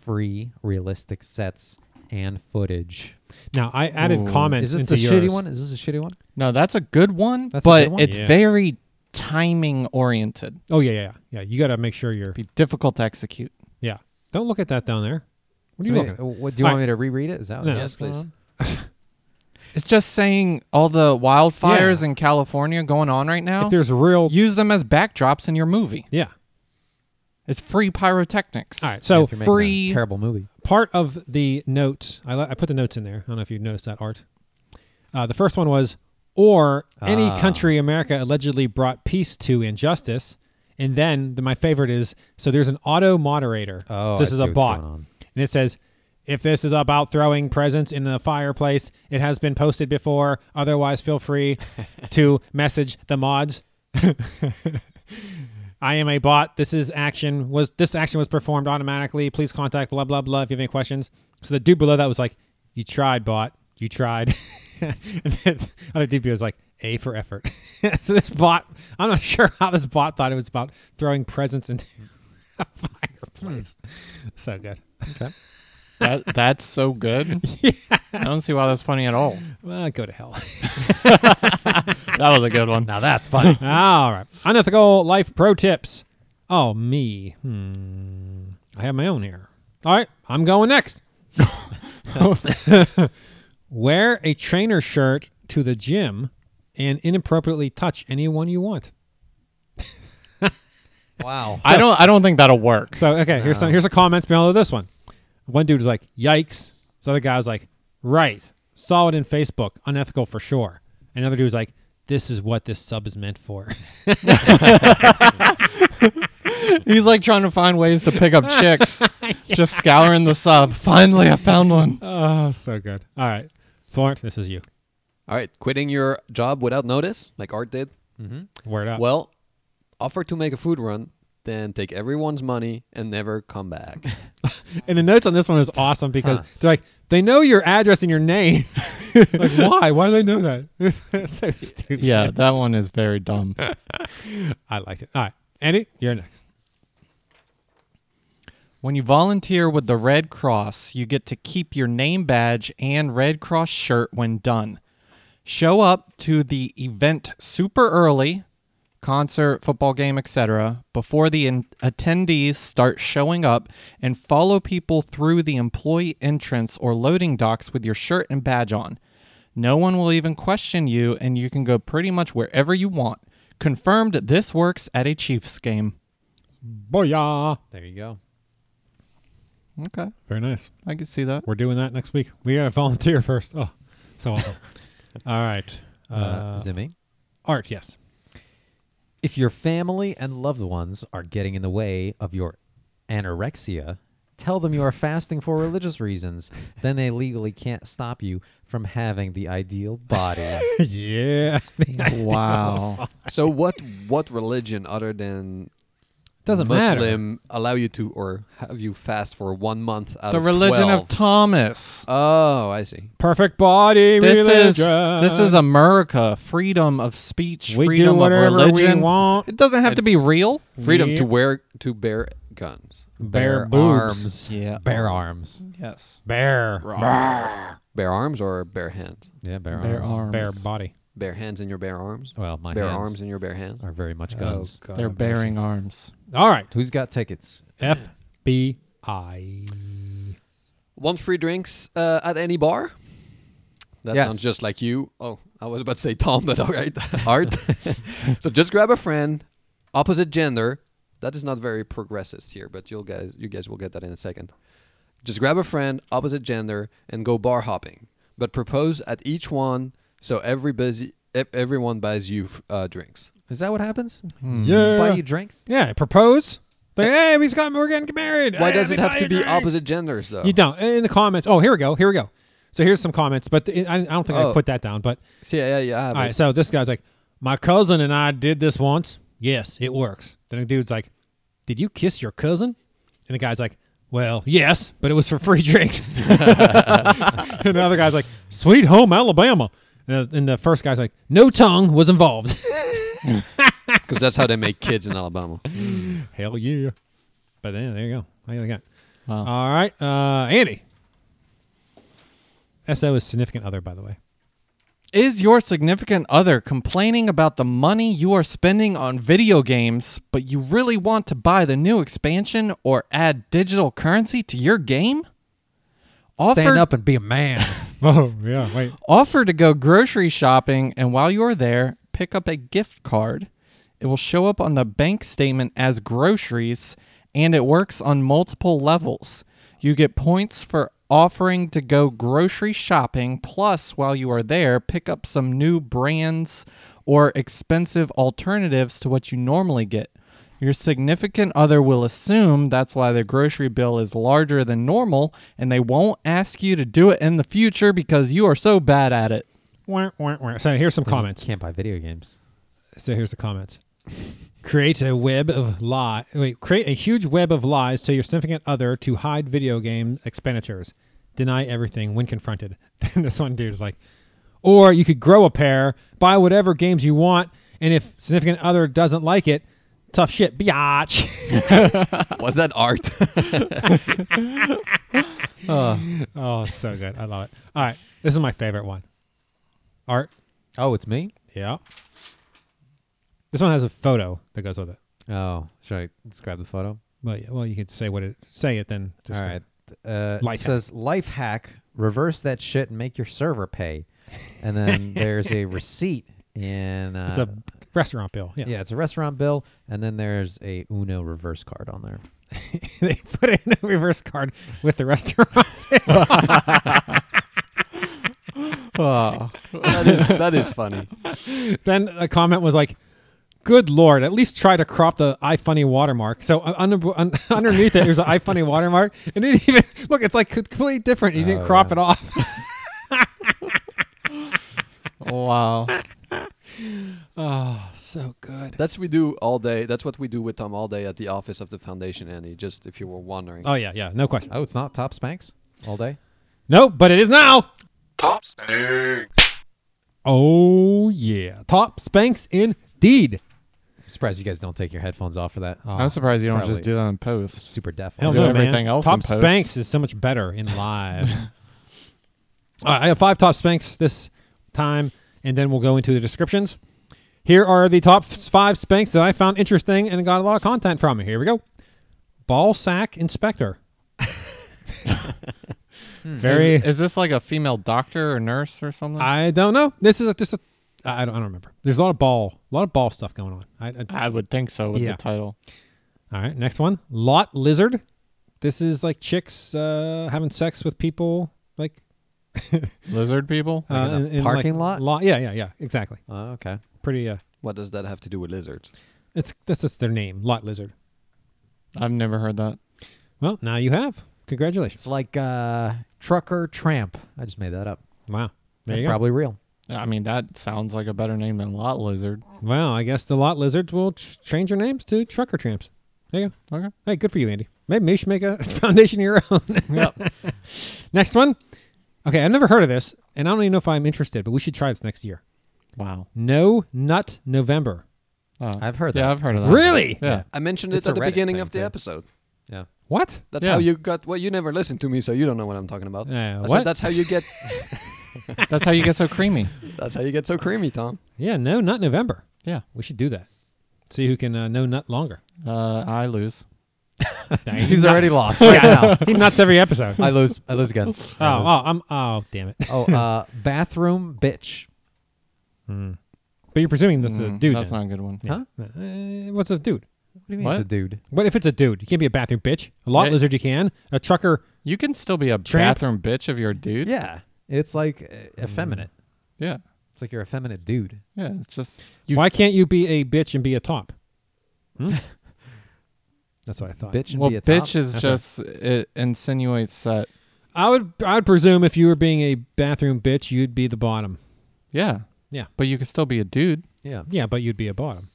E: free, realistic sets and footage.
D: Now I added
C: Ooh.
D: comments
E: Is this
D: into
E: the shitty
D: yours.
E: one? Is this a shitty one?
C: No, that's a good one,
E: That's a
C: but
E: good one?
C: it's
D: Yeah.
C: very timing oriented.
D: Oh yeah, yeah, yeah. yeah. You got to make sure you're.
C: Be difficult to execute.
D: Yeah. Don't look at that down there. What are you
E: So wait,
D: looking? at?
E: uh, what, do you
D: All
E: want me to reread it? Is that
D: No.
E: what's
F: Yes,
E: going
F: please.
E: on?
C: It's just saying all the wildfires in California going on right now.
D: If there's real.
C: use them as backdrops in your movie.
D: yeah. It's
C: It's free pyrotechnics.
D: all right.
E: Yeah,
D: So
E: if you're making a
C: free-
E: terrible movie.
D: part of the notes, I, li- I put the notes in there. I don't know if you noticed that art. Uh, the first one was, or any
E: Ah.
D: country America allegedly brought peace to injustice. And then the, my favorite is so there's an auto moderator.
E: Oh,
D: this
E: I
D: is
E: see
D: a
E: what's
D: bot.
E: going on.
D: And it says, if this is about throwing presents in the fireplace, it has been posted before. Otherwise, feel free to message the mods. I am a bot. This is action was this action was performed automatically. Please contact blah blah blah if you have any questions. So the dude below that was like, "You tried, bot. You tried." and then the other dude below was like, "A for effort." so this bot, I'm not sure how this bot thought it was about throwing presents into a fireplace. So good.
C: that that's so good. I don't see why that's funny at all.
D: Well, go to hell.
C: That was a good one.
E: Now that's funny.
D: All right. Unethical life pro tips. Oh, me. Hmm. I have my own here. All right. I'm going next. Wear a trainer shirt to the gym and inappropriately touch anyone you want.
E: wow.
C: I don't I don't think that'll work.
D: So, okay, here's some here's the comments below this one. One dude was like, "Yikes." This other guy was like, "Right." Saw it in Facebook. Unethical for sure. Another dude was like, "This is what this sub is meant for."
C: He's like trying to find ways to pick up chicks. Just scouring the sub. Finally, I found one.
D: oh, so good. All right, Florence, this is you.
F: All right, quitting your job without notice, like Art did.
D: Word up.
F: Well, offer to make a food run, then take everyone's money and never come back.
D: And the notes on this one is awesome because they're like, they know your address and your name. like, why? Why do they know that? That's so stupid.
C: Yeah, that one is very dumb.
D: I liked it. All right. Andy, you're next.
C: When you volunteer with the Red Cross, you get to keep your name badge and Red Cross shirt when done. Show up to the event super early, concert, football game, etc., before the in- attendees start showing up and follow people through the employee entrance or loading docks with your shirt and badge on. No one will even question you and you can go pretty much wherever you want. Confirmed this works at a Chiefs game.
D: Booyah.
E: There you go.
C: Okay,
D: Very nice.
C: I can see that.
D: We're doing that next week. We got to volunteer first. Oh, so awful. All right. Uh,
E: Uh, Zimmy.
D: art, yes.
E: If your family and loved ones are getting in the way of your anorexia, tell them you are fasting for religious reasons. Then they legally can't stop you from having the ideal body.
D: yeah.
C: Wow.
F: so what what religion other than
D: Doesn't matter.
F: Muslim allow you to or have you fast for one month out
C: the
F: of
C: religion of
F: 12?
C: Thomas.
F: Oh, I see.
D: Perfect body
C: This is
D: religion.
C: this is America. Freedom of speech.
D: We
C: freedom
D: do whatever
C: of religion.
D: we want.
C: It doesn't have to be real.
F: Freedom
D: Yeah.
F: to wear to bear guns,
D: Bare boobs.
E: arms.
C: Yeah.
E: Bare arms.
C: Yes.
D: Bear.
F: bare arms or bare hands.
E: Yeah, bare,
C: Bare
E: arms.
C: arms.
D: Bear body.
F: Bare hands in your bare arms.
E: Well, my
F: bare
E: hands
F: arms in your bare hands.
E: are very much guns.
C: They're bearing arms.
D: All right.
E: Who's got tickets?
D: FBI.
F: Want free drinks uh, at any bar? That
C: Yes.
F: sounds just like you. Oh, I was about to say Tom, but all right, Art. so just grab a friend, opposite gender. That is not very progressist here, but you'll guys, you guys will get that in a second. Just grab a friend, opposite gender, and go bar hopping. But propose at each one, so every busy, e- everyone buys you uh, drinks.
E: Is that what happens? Buy
F: Mm.
D: Yeah.
E: you drinks?
D: Yeah. Propose. Like, hey, we has got, we're getting married.
F: Eh. Why
D: Hey,
F: does it have to
D: everybody
F: be
D: drink.
F: opposite genders though?
D: You don't. In the comments. Oh, here we go. Here we go. So here's some comments, but the, I, I don't think I
F: Oh.
D: put that down. But
F: See, yeah, yeah, yeah. I have
D: all
F: it.
D: right. So this guy's like, my cousin and I did this once. Yes, it works. Then the dude's like, did you kiss your cousin? And the guy's like, well, yes, but it was for free drinks. and the other guy's like, sweet home Alabama. And the, and the first guy's like, no tongue was involved.
F: Because that's how they make kids in Alabama.
D: Hell yeah. But then there you go. How you got?
C: Wow.
D: All right, uh, Andy. SO is significant other, by the way.
C: Is your significant other complaining about the money you are spending on video games, but you really want to buy the new expansion or add digital currency to your game? Offer,
E: Stand up and be a man.
D: Oh yeah, wait.
C: offer to go grocery shopping, and while you are there, pick up a gift card. It will show up on the bank statement as groceries, and it works on multiple levels. You get points for offering to go grocery shopping, plus, while you are there, pick up some new brands or expensive alternatives to what you normally get. Your significant other will assume that's why their grocery bill is larger than normal, and they won't ask you to do it in the future because you are so bad at it.
D: Wah, wah, wah. So here's some comments.
E: Can't buy video games.
D: So here's the comments. create a web of lie. Wait, create a huge web of lies to your significant other to hide video game expenditures. Deny everything when confronted. Then this one dude is like, or you could grow a pair, buy whatever games you want, and if significant other doesn't like it, tough shit, biatch.
F: Was that art?
D: Oh, so good. I love it. All right. This is my favorite one. Art.
E: Oh, it's me?
D: Yeah. This one has a photo that goes with it.
E: Oh, should I just grab the photo?
D: Well, yeah, well, you could say what it say it then. Just
E: All right. Uh,
D: Life
E: it says life hack: reverse that shit and make your server pay. And then there's a receipt in. Uh,
D: It's a restaurant bill. Yeah.
E: yeah, it's a restaurant bill, and then there's a Uno reverse card on there.
D: they put it in a reverse card with the restaurant. bill.
C: Oh.
F: that is that is funny.
D: Then a comment was like, "Good lord, at least try to crop the iFunny watermark." So uh, under, un, underneath it, there's an iFunny watermark, and it didn't even look. It's like completely different. You didn't
E: Oh,
D: crop
E: yeah.
D: it off.
C: Wow.
D: Oh, so good.
F: That's we do all day. That's what we do with Tom all day at the office of the foundation, Andy. Just if you were wondering.
D: Oh yeah, yeah, no question.
E: Oh, it's not top spanks all day.
D: Nope, but it is now.
A: Top Spank.
D: Oh yeah, top spanks indeed.
E: I'm surprised you guys don't take your headphones off for that.
C: I'm surprised you don't
E: probably.
C: just do that in post.
E: Super deaf.
D: Hell
C: Do
D: no, man.
C: everything else
D: Top
C: in post.
D: Spanx is so much better in live. All right, I have five top Spanx this time, and then we'll go into the descriptions. Here are the top f- five Spanx that I found interesting and got a lot of content from. Here we go. Ball sack inspector. Very.
C: Is this like a female doctor or nurse or something?
D: I don't know. This is a, just a. I I don't. I don't remember. There's a lot of ball. A lot of ball stuff going on. I, I,
C: I would think so with
D: Yeah.
C: the title.
D: All right, next one. Lot lizard. This is like chicks uh, having sex with people, like
C: Lizard people?
D: uh,
E: in a
D: in- in,
E: parking
D: like,
E: lot?
D: lot- Yeah, yeah, yeah. Exactly.
E: Oh, okay.
D: Pretty. Uh,
F: What does that have to do with lizards?
D: it's that's just their name, lot lizard.
C: I've never heard that.
D: Well, now you have. Congratulations.
E: It's like uh, trucker tramp. I just made that up.
D: Wow. There
E: That's
D: you go.
E: probably real.
C: I mean, that sounds like a better name than lot lizard.
D: Well, I guess the lot lizards will ch- change their names to trucker tramps. There you go.
C: Okay.
D: Hey, good for you, Andy. Maybe you should make a foundation of your own.
C: Yep.
D: next one. Okay, I've never heard of this, and I don't even know if I'm interested, but we should try this next year.
C: wow.
D: No Nut November.
C: Oh.
E: I've heard
C: Yeah,
E: that.
C: I've heard of that.
D: Really?
C: Yeah.
F: I mentioned
E: It's
F: it
E: a
F: at the
E: Reddit
F: beginning
E: thing,
F: of the
E: too.
F: episode.
E: Yeah.
D: What?
F: That's
C: Yeah.
F: how you got. Well, you never listened to me, so you don't know what I'm talking about.
D: Uh,
F: I said
D: what?
F: that's how you get.
C: That's how you get so creamy.
F: that's how you get so creamy, Tom.
D: Yeah, no nut November.
C: Yeah.
D: We should do that. See who can uh, no nut longer.
C: Uh, I lose.
E: He's already lost right now.
D: He nuts every episode.
E: I lose. I lose again.
D: oh, oh, I'm oh, damn it.
E: oh, uh, bathroom bitch.
D: But you're presuming that's a
C: Mm,
D: dude.
C: That's
D: then.
C: not a good one.
E: Huh?
D: Uh, what's a dude?
E: What do you mean?
C: What?
E: It's a dude.
D: What if it's a dude? You can't be a bathroom bitch. A lot
C: Hey.
D: lizard you can. A trucker.
C: You can still be a
D: Tramp.
C: bathroom bitch if you're a dude.
E: Yeah. It's like
D: Hmm.
E: uh, effeminate.
C: Yeah.
E: It's like you're effeminate dude.
C: Yeah. It's just you.
D: Why can't you be a bitch and be a top? Hmm? that's what I thought.
E: Bitch and
C: Well,
E: be a
C: bitch
E: top.
C: is just it insinuates that.
D: I would I would presume if you were being a bathroom bitch, you'd be the bottom.
C: Yeah.
D: Yeah.
C: But you could still be a dude.
E: Yeah.
D: Yeah, but you'd be a bottom.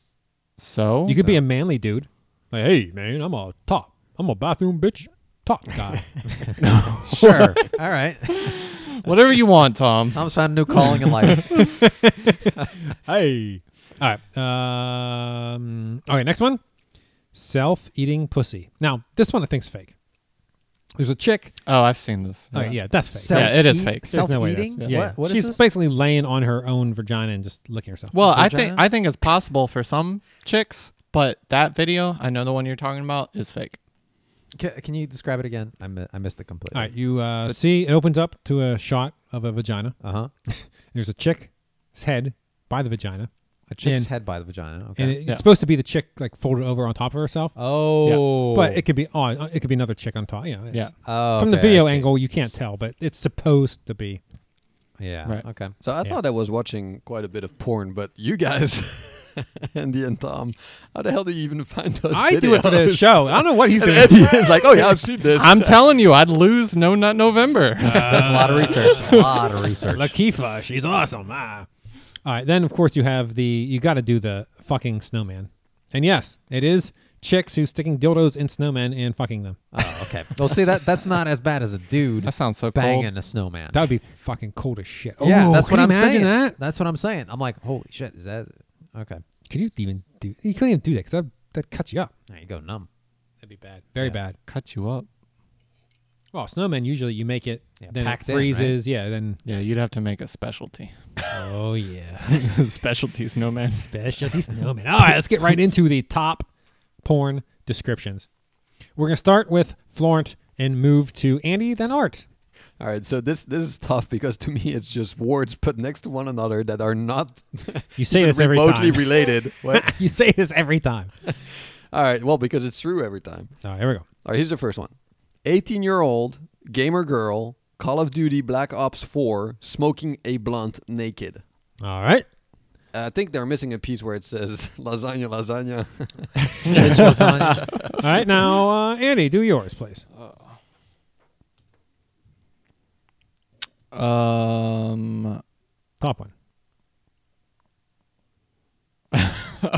C: So
D: You could be a manly dude. Like, hey man, I'm a top. I'm a bathroom bitch top guy.
E: Sure. All right.
C: whatever you want, Tom.
E: Tom's found a new calling in life.
D: Hey. All right. Um, all right. Next one. Self-eating pussy. Now, this one I think's fake. There's a chick.
C: Oh, I've seen this.
D: Yeah, yeah that's fake.
E: Self-
C: Yeah, it is
E: eat-
C: fake. There's
D: There's no way that's-
E: Self-eating.
D: yeah.
E: What? What is
D: She's
E: this?
D: basically laying on her own vagina and just licking herself.
C: Well, I
E: Vagina?
C: think I think it's possible for some chicks, but that video, I know the one you're talking about, is fake.
E: Ca- can you describe it again? I, mi- I missed it completely.
D: all right. You uh, see, it opens up to a shot of a vagina.
E: Uh huh.
D: There's a chick's head by the vagina,
E: A chick's
D: And-
E: head by the vagina. Okay.
D: and it- it's
C: Yeah.
D: supposed to be the chick like folded over on top of herself.
E: oh.
D: But it could be on. It could be another chick on top. You know. it's-
C: Yeah.
E: oh,
D: From the
E: okay, I
D: video
E: see.
D: angle, you can't tell, but it's supposed to be.
E: Yeah.
C: Right.
E: Oh, Okay.
F: So I
D: Yeah.
F: thought I was watching quite a bit of porn, but you guys, Andy and Tom, how the hell do you even find those?
D: I do it for this
F: videos?
D: show. I don't know what he's
F: And
D: doing.
F: Andy is like, oh yeah, I've seen this.
C: I'm telling you, I'd lose no nut November.
E: That's a lot of research. A lot of research.
D: Lakifa, she's awesome. Ah. All right, then of course you have the you got to do the fucking snowman, and yes, it is chicks who's sticking dildos in snowmen and fucking them. Uh,
E: Oh, okay. Well, see that that's not as bad as a dude
C: that sounds so
E: banging
C: cold.
E: a snowman.
D: That would be fucking cold as shit.
E: yeah,
D: Oh,
E: that's
D: can
E: what
D: you
E: I'm
D: imagine
E: saying.
D: That
E: That's what I'm saying. I'm like, holy shit, is that okay?
D: could you even do? You couldn't even do that because that that cuts you up.
E: There you go, numb.
D: That'd be bad. Very bad.
C: Cut you up.
D: Well, snowmen usually you make it,
E: Yeah,
D: then it
E: packed in, right?
D: freezes. Yeah, then
C: Yeah, you'd have to make a specialty.
D: oh yeah,
C: Specialty snowman.
D: specialty snowman. All right, let's get right into the top porn descriptions. We're gonna start with Florent and move to Andy, then Art.
F: All right, so this this is tough because to me it's just words put next to one another that are not
D: You say
F: even
D: this every
F: remotely
D: time.
F: related. What?
D: you say this every time.
F: All right, well because it's true every time.
D: All right, here we go.
F: All right, here's the first one. 18 year old gamer girl Call of Duty Black Ops 4, smoking a blunt naked.
D: All right.
F: I think they're missing a piece where it says lasagna, lasagna.
E: Mitch Lasagna.
D: All right. Now, uh, Andy, do yours, please.
C: Um.
D: Top one.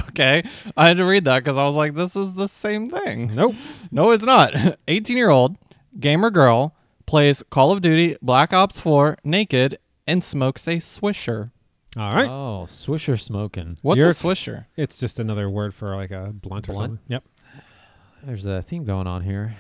C: Okay, I had to read that because I was like, "This is the same thing."
D: Nope.
C: No, it's not. 18 year old gamer girl plays Call of Duty Black Ops 4 naked and smokes a swisher.
D: All right.
E: Oh, Swisher smoking.
C: What's
D: You're-
C: a swisher?
D: it's just another word for like a blunt, or
E: Blunt?
D: something. Yep.
E: There's a theme going on here.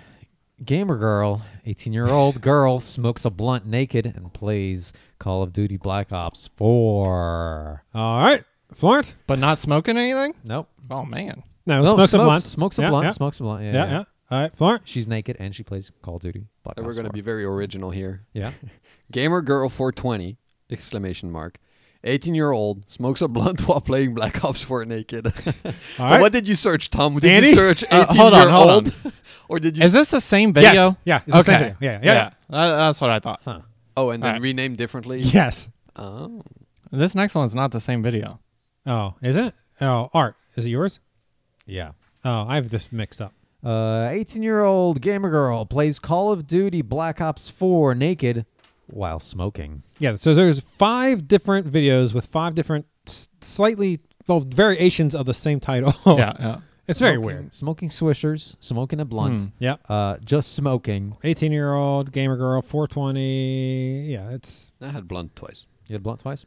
E: Gamer girl, 18 year old girl, smokes a blunt naked and plays Call of Duty Black Ops 4.
D: All right. Florent.
C: But not smoking anything?
E: Nope.
C: Oh man.
D: No,
E: no,
D: smokes,
E: smokes,
D: a blunt.
E: smokes a
D: Yeah,
E: blunt.
D: Yeah.
E: Smokes a blunt. Yeah,
D: yeah, yeah. All right, Florent.
E: She's naked and she plays Call of Duty Black
F: We're
E: Ops
F: going to
E: 4.
F: be very original here.
E: Yeah.
F: Gamer girl 420 exclamation mark. 18 year old smokes a blunt while playing Black Ops 4 naked. so
D: right.
F: what did you search, Tom? Did
D: Andy?
F: you search 18
C: Uh, hold on,
F: year
C: hold
F: old? or did you
C: Is this the same video?
D: Yeah, it's the same
C: Okay.
D: video. Yeah, yeah,
C: That- that's what I thought.
F: Oh, and then
C: Alright.
F: rename differently?
D: Yes.
F: Oh.
C: This next one's not the same video.
D: Oh, is it? Oh, Art, is it yours?
E: Yeah.
D: Oh, I have this mixed up.
E: 18 year old Uh, gamer girl plays Call of Duty Black Ops 4 naked while smoking.
D: Yeah. So there's five different videos with five different, s- slightly well variations of the same title.
C: Yeah, yeah.
D: It's very
E: Smoking-
D: weird. Hmm,
E: Smoking swishers, smoking a blunt,
D: Yeah.
E: uh, just smoking.
D: 18 year old gamer girl, 420. Yeah, it's
F: I had blunt twice.
E: You had blunt twice?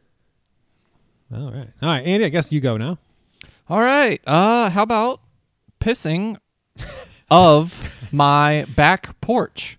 D: all right. All right, Andy, I guess you go now.
C: All right. Uh, how about pissing of my back porch?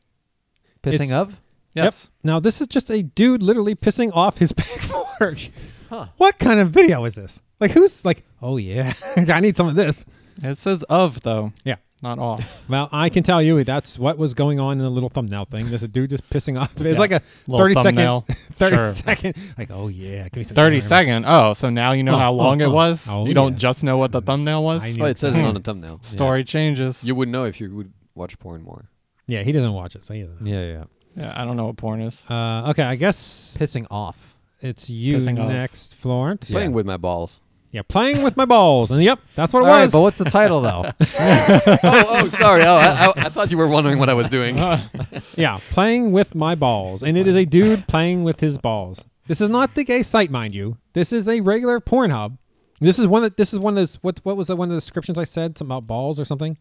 E: Pissing
D: It's-
E: of?
C: Yes.
D: Yep. Now this is just a dude literally pissing off his back porch.
E: Huh.
D: What kind of video is this? Like who's like, oh yeah, I need some of this.
C: It says of though,
D: Yeah.
C: not off.
D: Well, I can tell you that's what was going on in the little thumbnail thing. There's a dude just pissing off. It's like a
C: Little
D: 30 second,
C: thumbnail.
D: 30
C: Sure.
D: second, Like, oh yeah, give me some.
C: 30
D: time.
C: second. Oh, so now you know
D: Oh,
C: how
D: oh,
C: long
D: oh.
C: it was.
D: Oh,
C: you don't
D: yeah.
C: just know what the thumbnail was.
D: I knew-
F: Oh, it says it
C: Hmm.
F: on the thumbnail.
C: Story changes.
F: You would know if you would watch porn more.
D: Yeah, he doesn't watch it, so he doesn't. know.
E: Yeah, yeah.
C: yeah, I don't know what porn is.
D: Uh, okay, I guess
E: Pissing off.
D: it's you
C: Pissing off.
D: next, Florent. Yeah.
F: Playing with my balls.
D: playing with my balls, and yep, that's what it
E: All right,
D: was.
E: but what's the title though?
F: oh, oh, sorry. Oh, I, I, I thought you were wondering what I was doing.
D: yeah, playing with my balls, and it is a dude playing with his balls. This is not the gay site, mind you. This is a regular porn hub. This is one that this is one of those. What what was the one of the descriptions I said something about balls or something?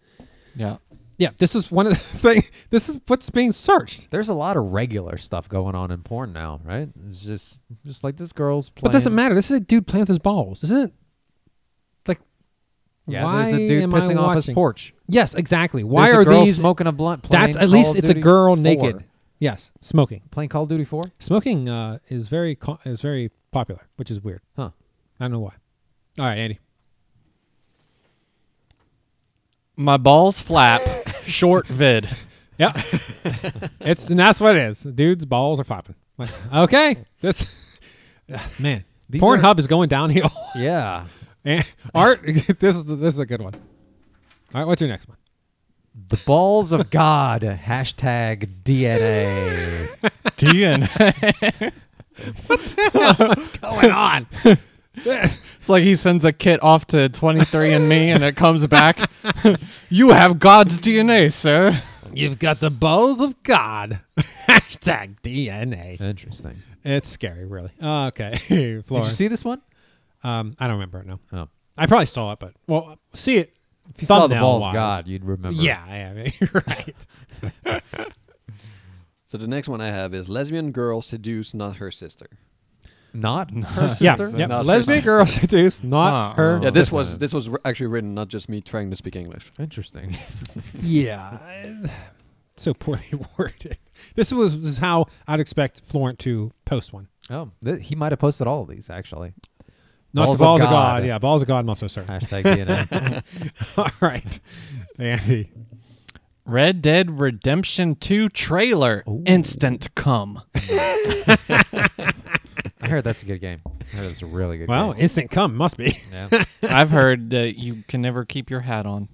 C: Yeah.
D: Yeah, this is one of the thing. This is what's being searched.
E: There's a lot of regular stuff going on in porn now, right? It's just just like this girl's playing.
D: But it doesn't matter. This is a dude playing with his balls. This isn't like
E: Yeah,
D: why
E: there's a dude
D: am I
E: pissing off his
D: watching?
E: porch.
D: Yes, exactly. Why
E: there's
D: are
E: a girl
D: these?
E: smoking a blunt? Playing
D: that's at
E: Call
D: least
E: of
D: it's a
E: Duty
D: girl
E: 4.
D: naked. Yes, smoking.
E: playing Call of Duty 4.
D: Smoking uh, is very co- is very popular, which is weird.
E: Huh.
D: I don't know why. All right, Andy.
C: My balls flap. short vid.
D: Yeah. it's and that's what it is. Dude's balls are flopping. Like, okay. This man.
E: These are-
D: Pornhub is going downhill.
E: Yeah.
D: And Art, this is this is a good one. All right, what's your next one?
E: The balls of God. Hashtag DNA.
C: DNA.
D: Going on.
C: It's like he sends a kit off to 23andMe and it comes back. you have God's DNA, sir.
D: You've got the balls of God. Hashtag DNA.
E: Interesting.
D: It's scary, really. Uh, Okay,
E: Did you
D: Florence.
E: see this one?
D: um, I don't remember it. No,
E: Oh.
D: I probably saw it, but well, see it.
E: If you saw the
D: thumbnail
E: balls of
D: wise.
E: God, you'd remember.
D: Yeah, yeah, you're right.
F: So the next one I have is lesbian girl seduce not her sister.
E: Not her
D: yeah,
E: sister. Uh-uh.
D: yeah.
F: Not
D: Lesbian
F: her
D: girl seduced, not
C: Huh.
D: her.
F: Yeah, this
D: sister.
F: was this was r- actually written, not just me trying to speak English.
E: Interesting.
D: Yeah, I- so poorly worded. This was this is how I'd expect Florent to post one.
E: Oh, th- he might have posted all of these actually.
D: Not
E: Balls
D: the
E: of
D: balls of God.
E: God.
D: Yeah, balls of God muscle sir.
E: Hashtag DNA.
D: All right, Andy.
C: Red Dead Redemption 2 trailer. Instant cum.
E: I heard that's a good game. I heard that's a really good
D: Wow,
E: game.
D: instant cum must be.
E: yeah.
C: I've heard that you can never keep your hat on.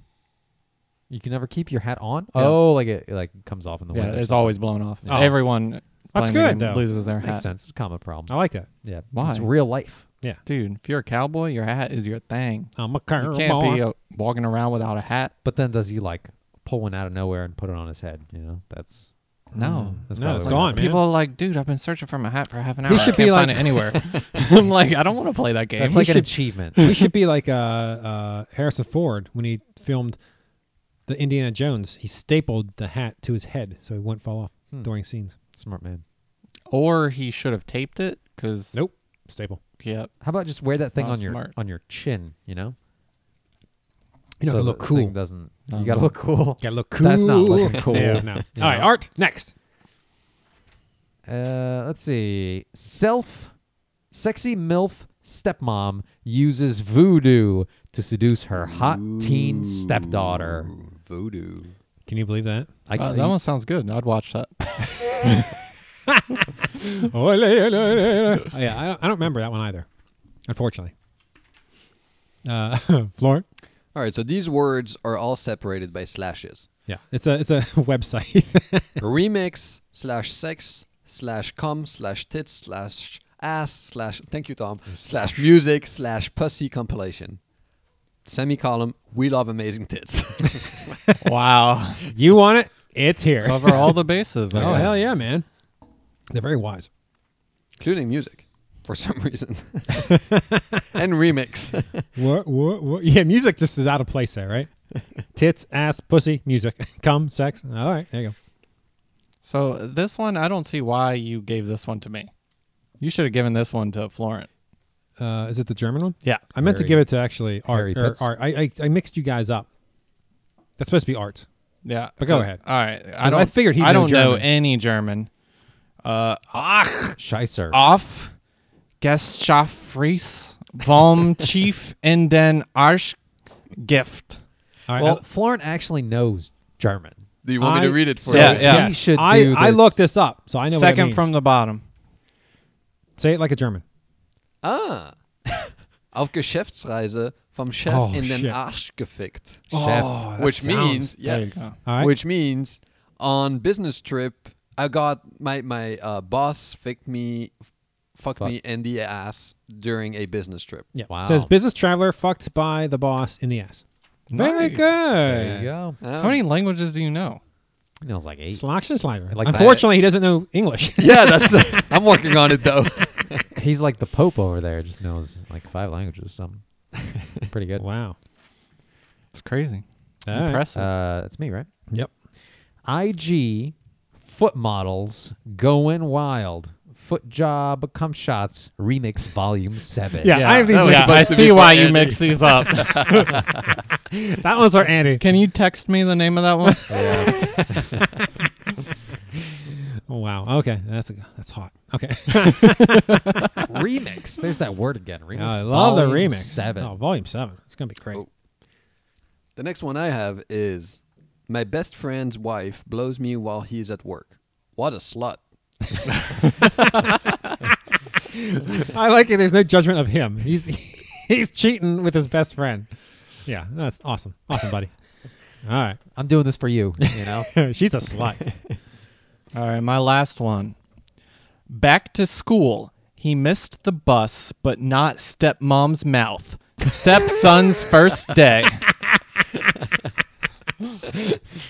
E: You can never keep your hat on. Oh, like it like comes off in the
C: Yeah,
E: wind. or
C: it's
E: something.
C: always blown off.
D: Oh.
C: Everyone
D: That's
C: climbing
D: good,
C: and
D: though.
C: Loses their
E: Makes
C: hat.
E: sense. It's a common problem.
D: I like that.
E: Yeah.
C: Why?
D: Oh,
E: It's real life.
C: Dude, if you're a cowboy, your hat is your thing.
D: I'm a car.
C: You can't be uh walking around without a hat.
E: But then does he like pull one out of nowhere and put it on his head? You know, that's
C: No.
E: that's
D: No,
E: probably
D: it's
E: what
D: gone,
E: happened.
D: Mm. man.
C: People are like, dude, I've been searching for my hat for half an hour.
D: He
C: I
D: should
C: can't
D: be
C: find
D: like-
C: it anywhere. I'm like, I don't want to play that game.
E: That's
D: he
E: like an
D: should-
E: achievement.
D: he should be like uh, uh, Harrison Ford when he filmed the Indiana Jones. He stapled the hat to his head so it wouldn't fall off
E: Hmm.
D: during scenes.
E: Smart man.
C: or he should have taped it because
D: Nope, staple.
C: Yep.
E: How about just wear that
C: It's
E: thing
C: not
E: on your
C: smart.
E: on your chin? You know,
D: You know,
E: so
D: gotta
E: the
D: look cool.
E: Thing doesn't
C: No,
E: you got to
C: no.
E: look cool?
D: Gotta look cool.
E: That's not looking cool.
D: Yeah, no.
E: You
D: All right,
E: know?
D: Art next.
E: Uh, let's see. Self, sexy milf stepmom uses voodoo to seduce her hot teen stepdaughter.
F: Ooh, voodoo.
D: Can you believe that?
E: I
C: Uh,
E: can-
C: that one sounds good. I'd watch that.
D: Oh, yeah, I don't, I don't remember that one either, unfortunately. Uh, Florent?
F: All right, so these words are all separated by slashes.
D: Yeah, it's a it's a website.
F: Remix slash sex slash cum slash tits slash ass slash thank you Tom slash music slash pussy compilation. Semicolon. We love amazing tits.
C: wow.
D: you want it? It's here.
C: Cover all the bases. I
D: oh
C: guess.
D: hell yeah, man! They're very wise.
F: including music for some reason and remix
D: What, what, what? Yeah, music just is out of place there, right? Tits, ass, pussy, music, cum, sex. All right, there you go.
C: So this one, I don't see why you gave this one to me. You should have given this one to Florent.
D: Uh, is it the German one?
C: Yeah.
D: I meant to
E: Harry-
D: give it to actually
E: Harry
D: Art. or
E: Pitts.
D: Art. I, I I mixed you guys up. That's supposed to be Art.
C: Yeah.
D: But go
C: Uh,
D: ahead.
C: All right. I
D: 'Cause
C: don't
D: I figured he'd
C: I
D: know
C: don't know
D: German.
C: any German. Uh ach
E: Scheisser.
D: Uh,
C: auf Geschaffries vom Chief in den Arsch Gift.
D: All right, uh,
E: well,
D: I-
E: Florent actually knows German.
F: do you want me
D: I-
F: to read it for
E: So
F: you
C: Yeah, yeah.
E: he should
D: I,
E: do
D: I
E: this.
D: looked this up, so I know. what it
C: Second
D: means.
C: from the bottom.
D: say it like a German.
F: ah auf geschäftsreise vom chef
D: Oh,
F: in den
D: shit. Oh,
F: arsch gefickt
D: Chef.
F: Oh, which means
C: there you
F: yes
C: go.
D: All right.
F: which means on business trip i got my my uh, boss ficked me fucked
E: Fuck.
F: me in the ass during a business trip
D: Yeah.
E: Wow.
D: Says business traveler fucked by the boss in the ass. Very
C: Nice.
D: good.
E: There you go.
F: Oh.
C: How many languages do you know?
E: He knows like eight.
D: Slosh and slider.
E: like that.
D: Unfortunately, he doesn't know English.
F: yeah that's i'm working on it though
E: He's like the Pope over there. Just knows like five languages or something. Pretty good.
D: wow.
C: It's crazy.
D: All right.
C: Impressive.
E: Uh, that's me, right?
D: Yep.
E: IG foot models going wild. Foot job cum shots remix volume seven.
D: Yeah, I have these. mixed up.
C: see why you mix these up.
D: That one's for Andy.
C: Can you text me the name of that one?
D: Oh, wow. Okay. That's a, that's hot. Okay.
E: remix. There's that word again. Remix.
D: I love the
E: volume
D: remix.
E: Seven.
D: Oh, volume seven. It's gonna be great.
F: Oh. The next one I have is My best friend's wife blows me while he's at work. What a slut.
D: I like it. There's no judgment of him. He's he's cheating with his best friend. Yeah, that's awesome. Awesome, buddy. All
E: I'm doing this for you. You know.
D: right. She's a slut.
C: All right, my last one. Back to school. He missed the bus, but not stepmom's mouth. Stepson's first day.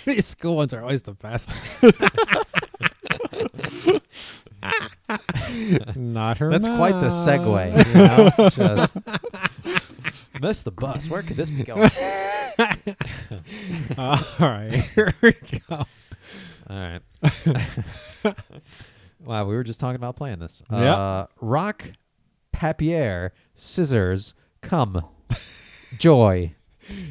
D: These school ones are always the best. Not her.
E: That's quite the
D: mouth.
E: segue. You know? Just missed the bus. Where could this be going?
D: All right, here we go.
E: All right. wow, we were just talking about playing this.
D: Yeah.
E: Uh, rock, papier, scissors, come, joy.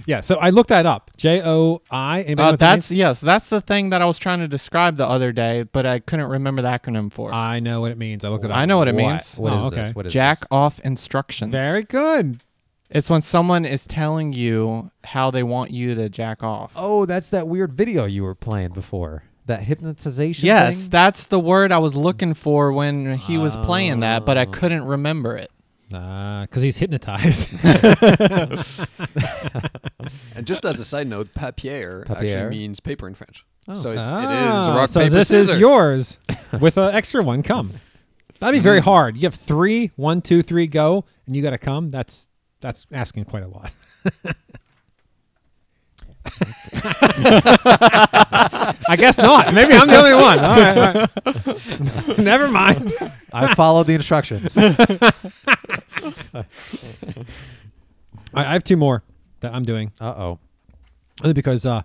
D: Yeah, so I looked that up. J O I. anybody know
C: Uh,
D: what that
C: that's
D: means?
C: yes, that's the thing that I was trying to describe the other day, but I couldn't remember the acronym for.
D: I know what it means. I looked it up.
C: I know what it means.
E: What
D: Oh,
E: is
D: okay.
E: this? What is
C: Jack off instructions.
D: Very good.
C: It's when someone is telling you how they want you to jack off.
E: This? Oh, that's that weird video you were playing before. That hypnotization.
C: Yes,
E: thing?
C: that's the word I was looking for when he was playing that, but I couldn't remember it.
D: Because Uh, he's hypnotized.
F: And just as a side note, papier,
E: Papier.
F: actually means paper in French.
E: Oh.
F: So it, it
D: Ah,
F: is rock
D: so
F: paper
D: this
F: scissors.
D: is yours with an extra one come. That'd be very
F: Mm.
D: hard. You have three, one, two, three, go, and you got to come. That's that's asking quite a lot. I guess not. Maybe I'm the only one. All right, all right. Never mind.
E: I followed the instructions.
D: I, I have two more that I'm doing
E: Uh oh.
D: only because, uh,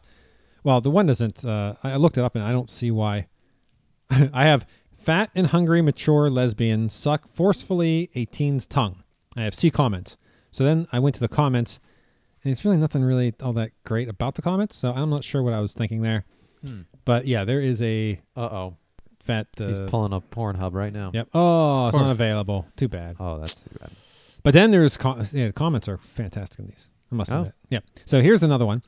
D: well, the one doesn't. Uh, I I looked it up and I don't see why. I have fat and hungry mature lesbian suck forcefully a teen's tongue. I have C comments. So then I went to the comments, and it's really nothing really all that great about the comments. So I'm not sure what I was thinking there. But yeah, there is a
E: Uh oh.
D: fat. Uh,
E: Hmm. He's pulling up Pornhub right now.
D: Yep. Oh, it's not
C: course.
D: available. Too bad.
E: Oh, that's too bad.
D: But then there's com- yeah, comments are fantastic in these. I must
E: Oh.
D: admit. Yeah. So here's another one.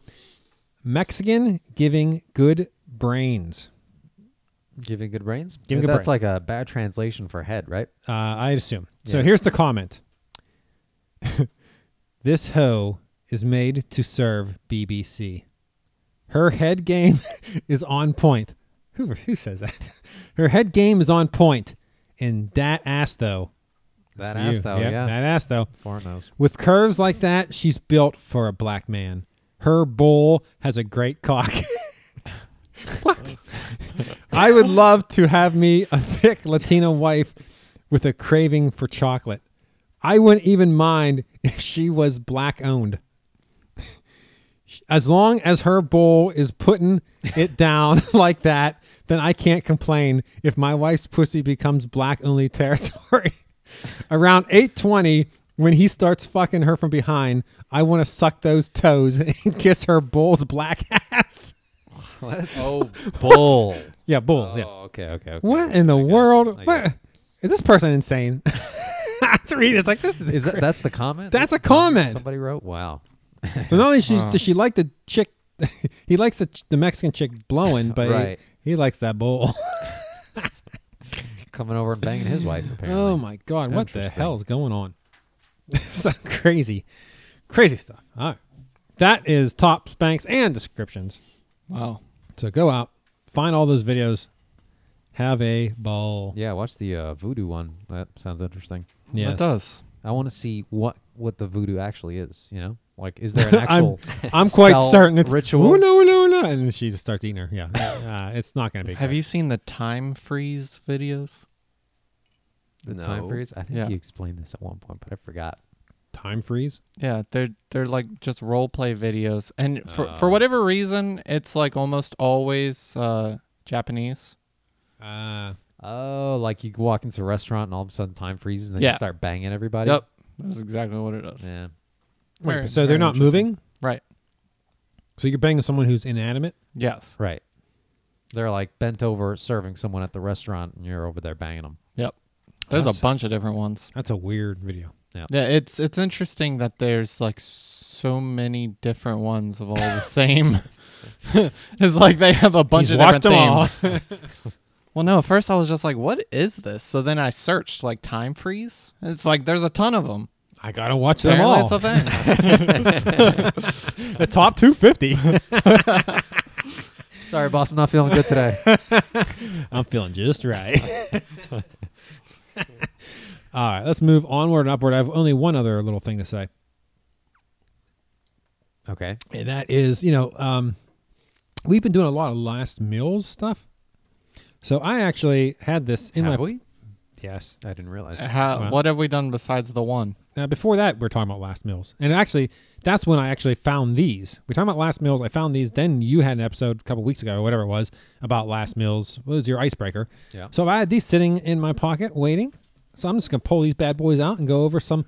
D: Mexican giving good brains.
E: Giving good brains.
D: Giving good
E: That's
D: brains.
E: like a bad translation for head, right?
D: Uh, I assume. So
E: Yeah.
D: here's the comment. this hoe is made to serve BBC. Her head game is on point. Who who says that? Her head game is on point, and that ass though.
E: That
D: for
E: ass
D: you.
E: though,
D: Yep,
E: yeah.
D: That ass though.
E: Pornos.
D: With curves like that, she's built for a black man. Her bull has a great cock. what? I would love to have me a thick Latina wife with a craving for chocolate. I wouldn't even mind if she was black owned. As long as her bull is putting it down like that, then I can't complain if my wife's pussy becomes black only territory. Around 8:20 when he starts fucking her from behind, I want to suck those toes and kiss her bull's black ass.
E: Oh, bull.
D: Yeah, bull.
E: oh,
D: yeah.
E: okay, okay, okay.
D: What in the
E: I get it, I
D: world?
E: get
D: What
E: it.
D: is this person insane? I have to read it. It's like this is,
E: Is that? That's the comment.
D: That's a
E: the comment
D: comment.
E: Somebody wrote. Wow.
D: so not only she's, does she like the chick, he likes the, ch- the Mexican chick blowing, but he-
E: Right.
D: he, likes that bull.
E: Coming over and banging his wife. Apparently.
D: oh my god, what the
E: Interesting.
D: hell is going on? so crazy, crazy stuff. All right, that is top spanks and descriptions.
C: Wow.
D: So go out, find all those videos, have a ball.
E: Yeah, watch the uh, voodoo one. That sounds interesting.
C: That does.
E: I want to see what what the voodoo actually is. You know, like is there an actual?
D: I'm, I'm quite
E: spell
D: certain it's
E: ritual.
D: No, no, no, and then she just starts eating her. Yeah, uh, it's not going to be.
C: Have
D: good.
C: you seen the time freeze videos?
E: The time
F: No.
E: freeze. I think
C: Yeah.
E: you explained this at one point, but I forgot.
D: time freeze?
C: Yeah, they're they're like just role play videos, and for for whatever reason, it's like almost always uh, Japanese.
D: Uh,
E: Oh, like you walk into a restaurant and all of a sudden time freezes and then
C: Yeah.
E: you start banging everybody.
C: Yep, that's exactly what it is.
E: Yeah.
C: Very-
D: so they're
C: very
D: not
C: interesting.
D: moving.
C: right?
D: So you're banging someone who's inanimate.
C: Yes.
E: Right. They're like bent over serving someone at the restaurant and you're over there banging them.
C: Yep. There's
D: That's-
C: a bunch of different ones.
D: That's a weird video.
C: Yeah, it's it's interesting that there's like so many different ones of all the same. it's like they have a bunch of
D: He's
C: different
D: watched 'em all.
C: themes. well, no, at first I was just like, "What is this?" So then I searched like time freeze. It's like there's a ton of them.
D: I gotta watch them
C: Apparently,
D: all.
C: it's a thing.
D: the top 250.
E: Sorry, boss, I'm not feeling good today.
D: I'm feeling just right. all right, let's move onward and upward. I have only one other little thing to say.
E: okay.
D: and that is you know um, we've been doing a lot of last meals stuff so i actually had this in
E: Have
D: my
E: we?
D: yes
E: I didn't realize.
C: How,
D: Wow.
C: What have we done besides the one?
D: now before that we are talking about last meals and actually that's when i actually found these we're talking about last meals i found these then you had an episode a couple weeks ago or whatever it was about last meals what was your icebreaker
E: Yeah.
D: so i had these sitting in my pocket waiting so i'm just gonna pull these bad boys out and go over some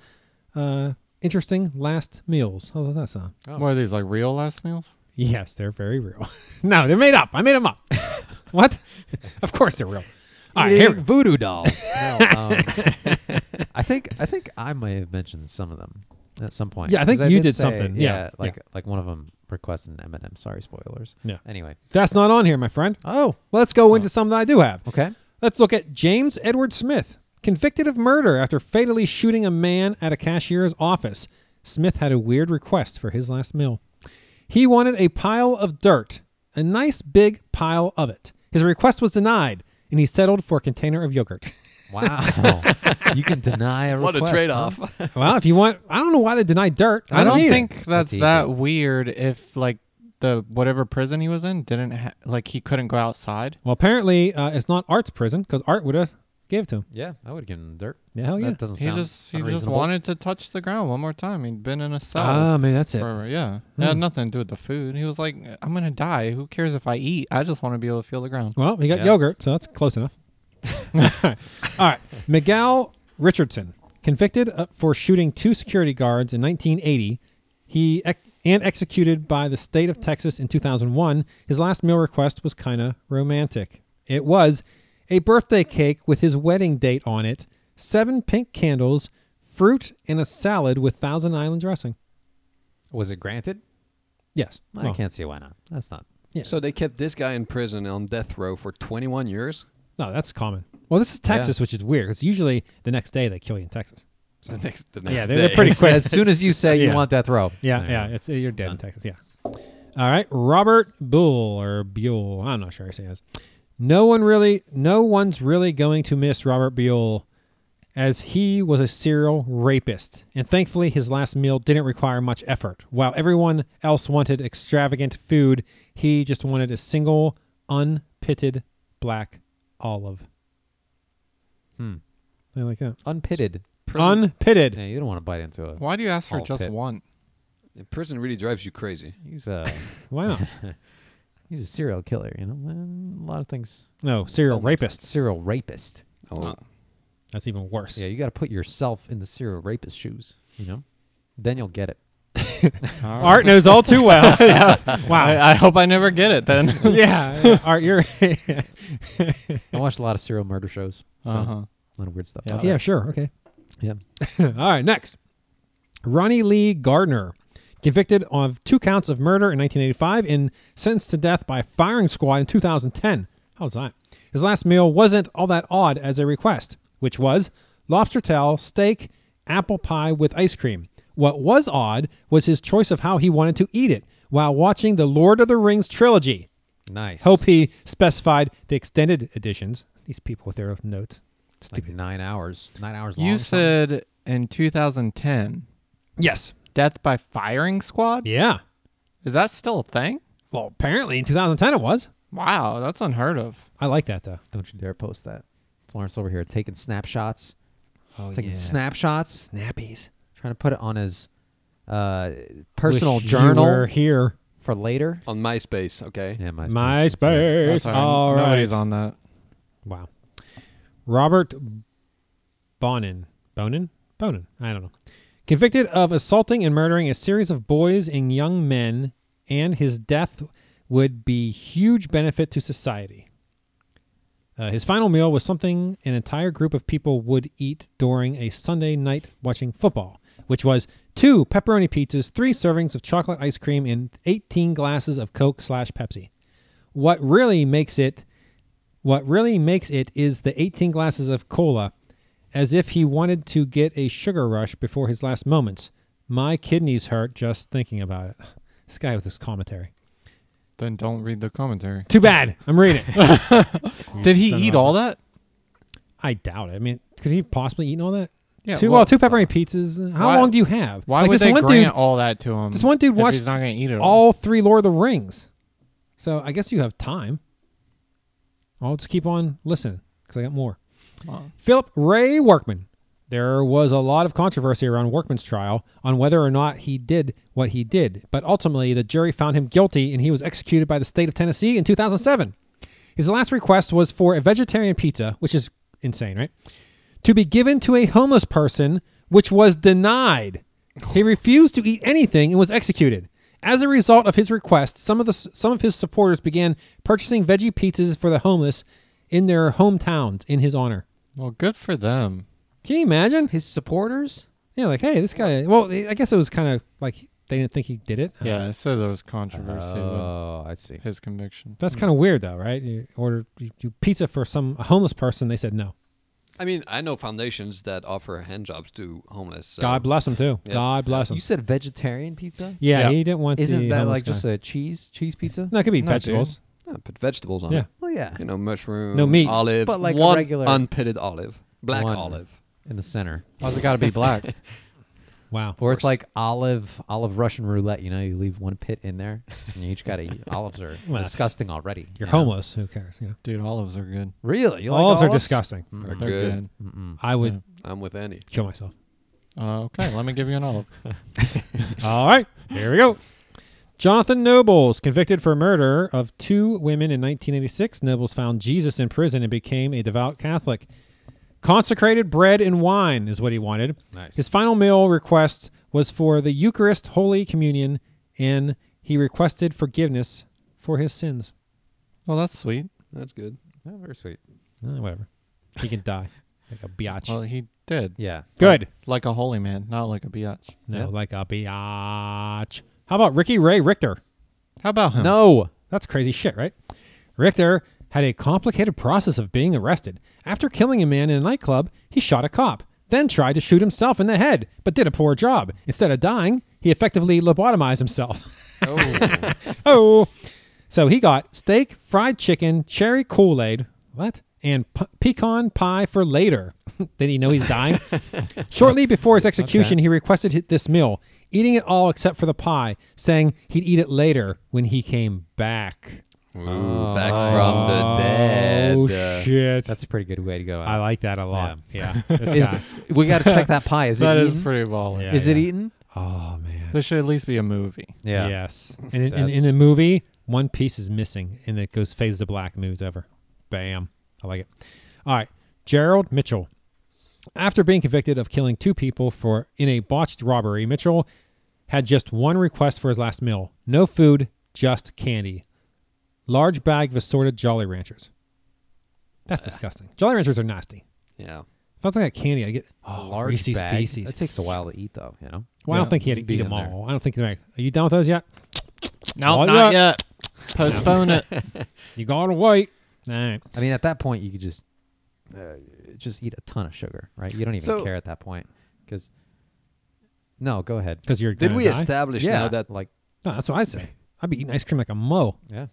D: uh, interesting last meals how does that sound
E: Oh.
C: What are these like real last meals?
D: Yes, they're very real. no, they're made up. I made them up. what? of course they're real. All right, here. we-
E: voodoo dolls. no, um, I think I think I may have mentioned some of them at some point.
D: Yeah, I think
E: 'Cause
D: you
E: did
D: did
E: say,
D: something. Yeah, yeah.
E: like like one of them requested an Eminem. Sorry, spoilers.
D: Yeah.
E: Anyway.
D: That's not on here, my friend.
E: Oh.
D: Let's go into some that I do have.
E: Okay.
D: Let's look at James Edward Smith, convicted of murder after fatally shooting a man at a cashier's office. Smith had a weird request for his last meal. He wanted a pile of dirt, a nice big pile of it. His request was denied, and he settled for a container of yogurt.
E: Wow. you can deny a
F: What a
E: request, huh?
F: trade off.
D: well, if you want, I don't know why they denied dirt.
C: I don't
D: either.
C: think that's,
E: That's easy.
C: that weird. If like the whatever prison he was in didn't ha- like he couldn't go outside.
D: Well, apparently uh, it's not Art's prison because Art would have gave it to him.
E: Yeah, I would give him dirt.
D: Yeah, hell yeah.
E: That doesn't
C: He
E: sound
C: just he just
E: unreasonable.
C: wanted to touch the ground one more time. He'd been in a cell.
D: Ah, Hmm. maybe that's it.
C: forever. Yeah, Oh, it had nothing to do with the food. He was like, "I'm gonna die. Who cares if I eat? I just want to be able to feel the ground."
D: Well, he got
C: Yeah.
D: yogurt, so that's close enough. All right. Miguel Richardson, convicted uh, for shooting two security guards in 1980, he ex- and executed by the state of Texas in 2001. His last meal request was kind of romantic. It was a birthday cake with his wedding date on it, seven pink candles, fruit, and a salad with Thousand Island dressing.
E: Was it granted?
D: Yes.
E: I
D: Well,
E: can't see why not. That's not.
F: So they kept this guy in prison on death row for 21 years.
D: No, that's common. Well, this is Texas, which is weird because usually the next day they kill you in Texas.
F: The next, the next
D: yeah,
F: day.
D: they're, they're pretty quick.
E: As soon as you say
D: Yeah.
E: you want death row.
D: Yeah,
E: There you
D: yeah,
E: go.
D: it's you're dead in Texas. Yeah. All right, Robert Bull or Buell. I'm not sure how you say this. No one really, no one's really going to miss Robert Buell, as he was a serial rapist, and thankfully his last meal didn't require much effort. While everyone else wanted extravagant food, he just wanted a single unpitted black olive.
E: Hmm.
D: Something like that.
E: Unpitted.
D: Unpitted.
E: Yeah, you don't want to bite into it.
C: Why do you ask for
E: All
C: just
E: pit.
C: one?
F: The prison really drives you crazy.
E: He's a
D: Wow.
E: he's a serial killer. You know, Man, a lot of things.
D: No, serial
F: That makes
D: rapist.
E: Serial rapist.
F: Oh,
D: That's even worse.
E: Yeah, you got to put yourself in the serial rapist shoes. You know, then you'll get it.
D: Art knows all too well. Wow.
C: I, I hope I never get it then.
D: yeah, yeah. Art, you're.
E: I watched a lot of serial murder shows. So
C: uh-huh.
E: A lot of weird stuff.
C: Yeah.
E: out there.
D: yeah, sure. Okay.
E: yeah.
D: all right, next. Ronnie Lee Gardner, convicted of two counts of murder in 1985 and sentenced to death by firing squad in 2010. How's that? His last meal wasn't all that odd as a request, which was lobster tail, steak, apple pie with ice cream. What was odd was his choice of how he wanted to eat it while watching the Lord of the Rings trilogy.
E: Nice.
D: Hope he specified the extended editions. These people with their notes.
E: Like nine hours. Nine hours long.
C: You
E: or something.
C: said in 2010,
D: Yes.
C: death by firing squad.
D: Yeah.
C: Is that still a thing?
D: Well, apparently in 2010 it was.
C: Wow, that's unheard of.
D: I like that though.
E: Don't you dare post that. Florence over here taking snapshots,
D: Oh
E: taking snapshots,
D: snappies.
E: trying to put it on his uh, personal
D: Wish you
E: journal
D: were here.
E: for later.
F: on MySpace, okay?
E: Yeah, MySpace. that's right.
D: MySpace.
C: Sorry,
D: All right.
C: nobody's on that.
D: Wow. Robert Bonin. Bonin? Bonin. I don't know. Convicted of assaulting and murdering a series of boys and young men, and his death would be huge benefit to society. Uh, his final meal was something an entire group of people would eat during a Sunday night watching football, which was two pepperoni pizzas, three servings of chocolate ice cream, and 18 glasses of Coke slash Pepsi. What really makes it what really makes it is the 18 glasses of cola, as if he wanted to get a sugar rush before his last moments. My kidneys hurt just thinking about it. This guy with his commentary.
C: Then don't read the commentary.
D: Too bad. I'm reading.
C: Did he
D: son of
C: eat
D: a-
C: all that?
D: I doubt it. I mean, could he possibly eat all that?
C: Yeah.
D: two, well, two pepperoni pizzas. How
C: Why-
D: long do you have?
C: Why
D: Like,
C: would
D: this
C: they
D: one
C: grant
D: dude,
C: all that to him?
D: this one dude
C: if
D: watched
C: He's not gonna eat it all.
D: all three Lord of the Rings? So I guess you have time. I'll just keep on listening because I got more.
C: Wow.
D: Philip Ray Workman. There was a lot of controversy around Workman's trial on whether or not he did what he did, but ultimately the jury found him guilty and he was executed by the state of Tennessee in 2007. His last request was for a vegetarian pizza, which is insane, right? To be given to a homeless person, which was denied. He refused to eat anything and was executed. As a result of his request, some of the some of his supporters began purchasing veggie pizzas for the homeless in their hometowns in his honor.
C: Well, good for them.
D: Can you imagine?
E: His supporters?
D: Yeah, like, hey, this guy. Well, I guess it was kind of like they didn't think he did it. I don't know.
C: Yeah, so there was controversy
D: uh,
E: Oh, I see.
C: with his conviction.
D: that's kind of weird, though, right? You ordered you, you pizza for some a homeless person. They said no.
F: I mean, I know foundations that offer hand jobs to homeless. uh, so-
D: God bless him too.
F: Yeah.
D: God bless him.
E: You said vegetarian pizza?
D: yeah,
C: Yeah.
D: he didn't want.
E: Isn't
D: the
E: that
D: homeless
E: like just
D: guy.
E: a cheese cheese pizza?
D: No, it could be
C: No,
D: vegetables.
C: dude.
F: Yeah, put vegetables on
D: Yeah.
F: it.
E: Well, yeah,
F: You know, mushroom,
D: No meat.
F: olives,
E: But like a
F: one
E: regular-
F: unpitted olive, black
E: One.
F: olive.
E: in the center,
C: Why's it got to be black?
D: Wow.
E: or it's like olive, olive Russian roulette. You know, you leave one pit in there, and you each got to eat. Olives are
D: Well,
E: disgusting already.
D: You're
E: you know?
D: homeless. Who cares? You know.
C: Dude, olives are good.
E: Really? You like
D: Olives are
E: olives?
D: disgusting.
F: They're
C: They're
F: good.
C: good.
E: Mm-mm.
D: I would
C: Yeah.
F: I'm with Annie.
D: kill myself.
C: Uh, okay, let me give you an olive.
D: All right, here we go. Jonathan Nobles, convicted for murder of two women in 1986. Nobles found Jesus in prison and became a devout Catholic. Consecrated bread and wine is what he wanted.
E: Nice.
D: His final meal request was for the Eucharist, Holy Communion, and he requested forgiveness for his sins.
C: Well, that's sweet.
F: That's good.
E: Oh, very sweet.
D: Eh, whatever. He can die like a biatch.
C: Well, he did.
E: Yeah.
D: Good.
C: Like a holy man, not like a biatch.
D: No,
E: Yeah.
D: like a biatch. How about Ricky Ray Richter?
C: How about him?
E: No.
D: That's crazy shit, right? Richter had a complicated process of being arrested. After killing a man in a nightclub, he shot a cop, then tried to shoot himself in the head, but did a poor job. Instead of dying, he effectively lobotomized himself.
E: Oh.
D: oh. So he got steak, fried chicken, cherry Kool Aid, what? And p- pecan pie for later. did he know he's dying? Shortly before his execution, he requested hi- this meal, eating it all except for the pie, saying he'd eat it later when he came back.
F: Ooh,
E: Oh,
F: back from the dead.
D: Oh
F: Uh,
D: shit!
E: That's a pretty good way to go.
D: I
E: Out.
D: like that a lot. Yeah. This
E: Is
D: guy.
E: we got to check that pie. Is
C: That
E: it
C: is
E: eaten?
C: pretty baller.
D: Yeah.
E: is it eaten?
D: oh man.
C: There should at least be a movie.
E: Yeah.
D: Yes. And in, in,
E: That's-
D: in the movie, one piece is missing, and it goes fades to black, and moves over. Bam. I like it. All right, Gerald Mitchell. After being convicted of killing two people for in a botched robbery, Mitchell had just one request for his last meal: no food, just candy. Large bag of assorted Jolly Ranchers. That's
E: Uh.
D: disgusting. Jolly Ranchers are nasty.
F: yeah.
D: If I was looking at candy, I get oh,
E: Large
D: Reese's
E: bag.
D: Pieces.
E: That takes a while to eat, though. You know.
D: Well, I don't
C: Yeah,
D: think he had to
E: be
D: eat them
E: in there.
D: all. I don't think they're. Like, Are you done with those yet?
C: No,
D: Not
C: not yet. Postpone it.
D: You gotta wait. All right.
E: I mean, at that point, you could just uh, just eat a ton of sugar, right? You don't even
F: So-
E: care at that point because. No, go ahead.
D: Because you're.
F: Did
D: gonna
F: we
D: die?
F: establish
E: yeah,
F: now that
E: like
D: No, that's what I'd say. I'd be eating ice cream like a mo.
E: yeah,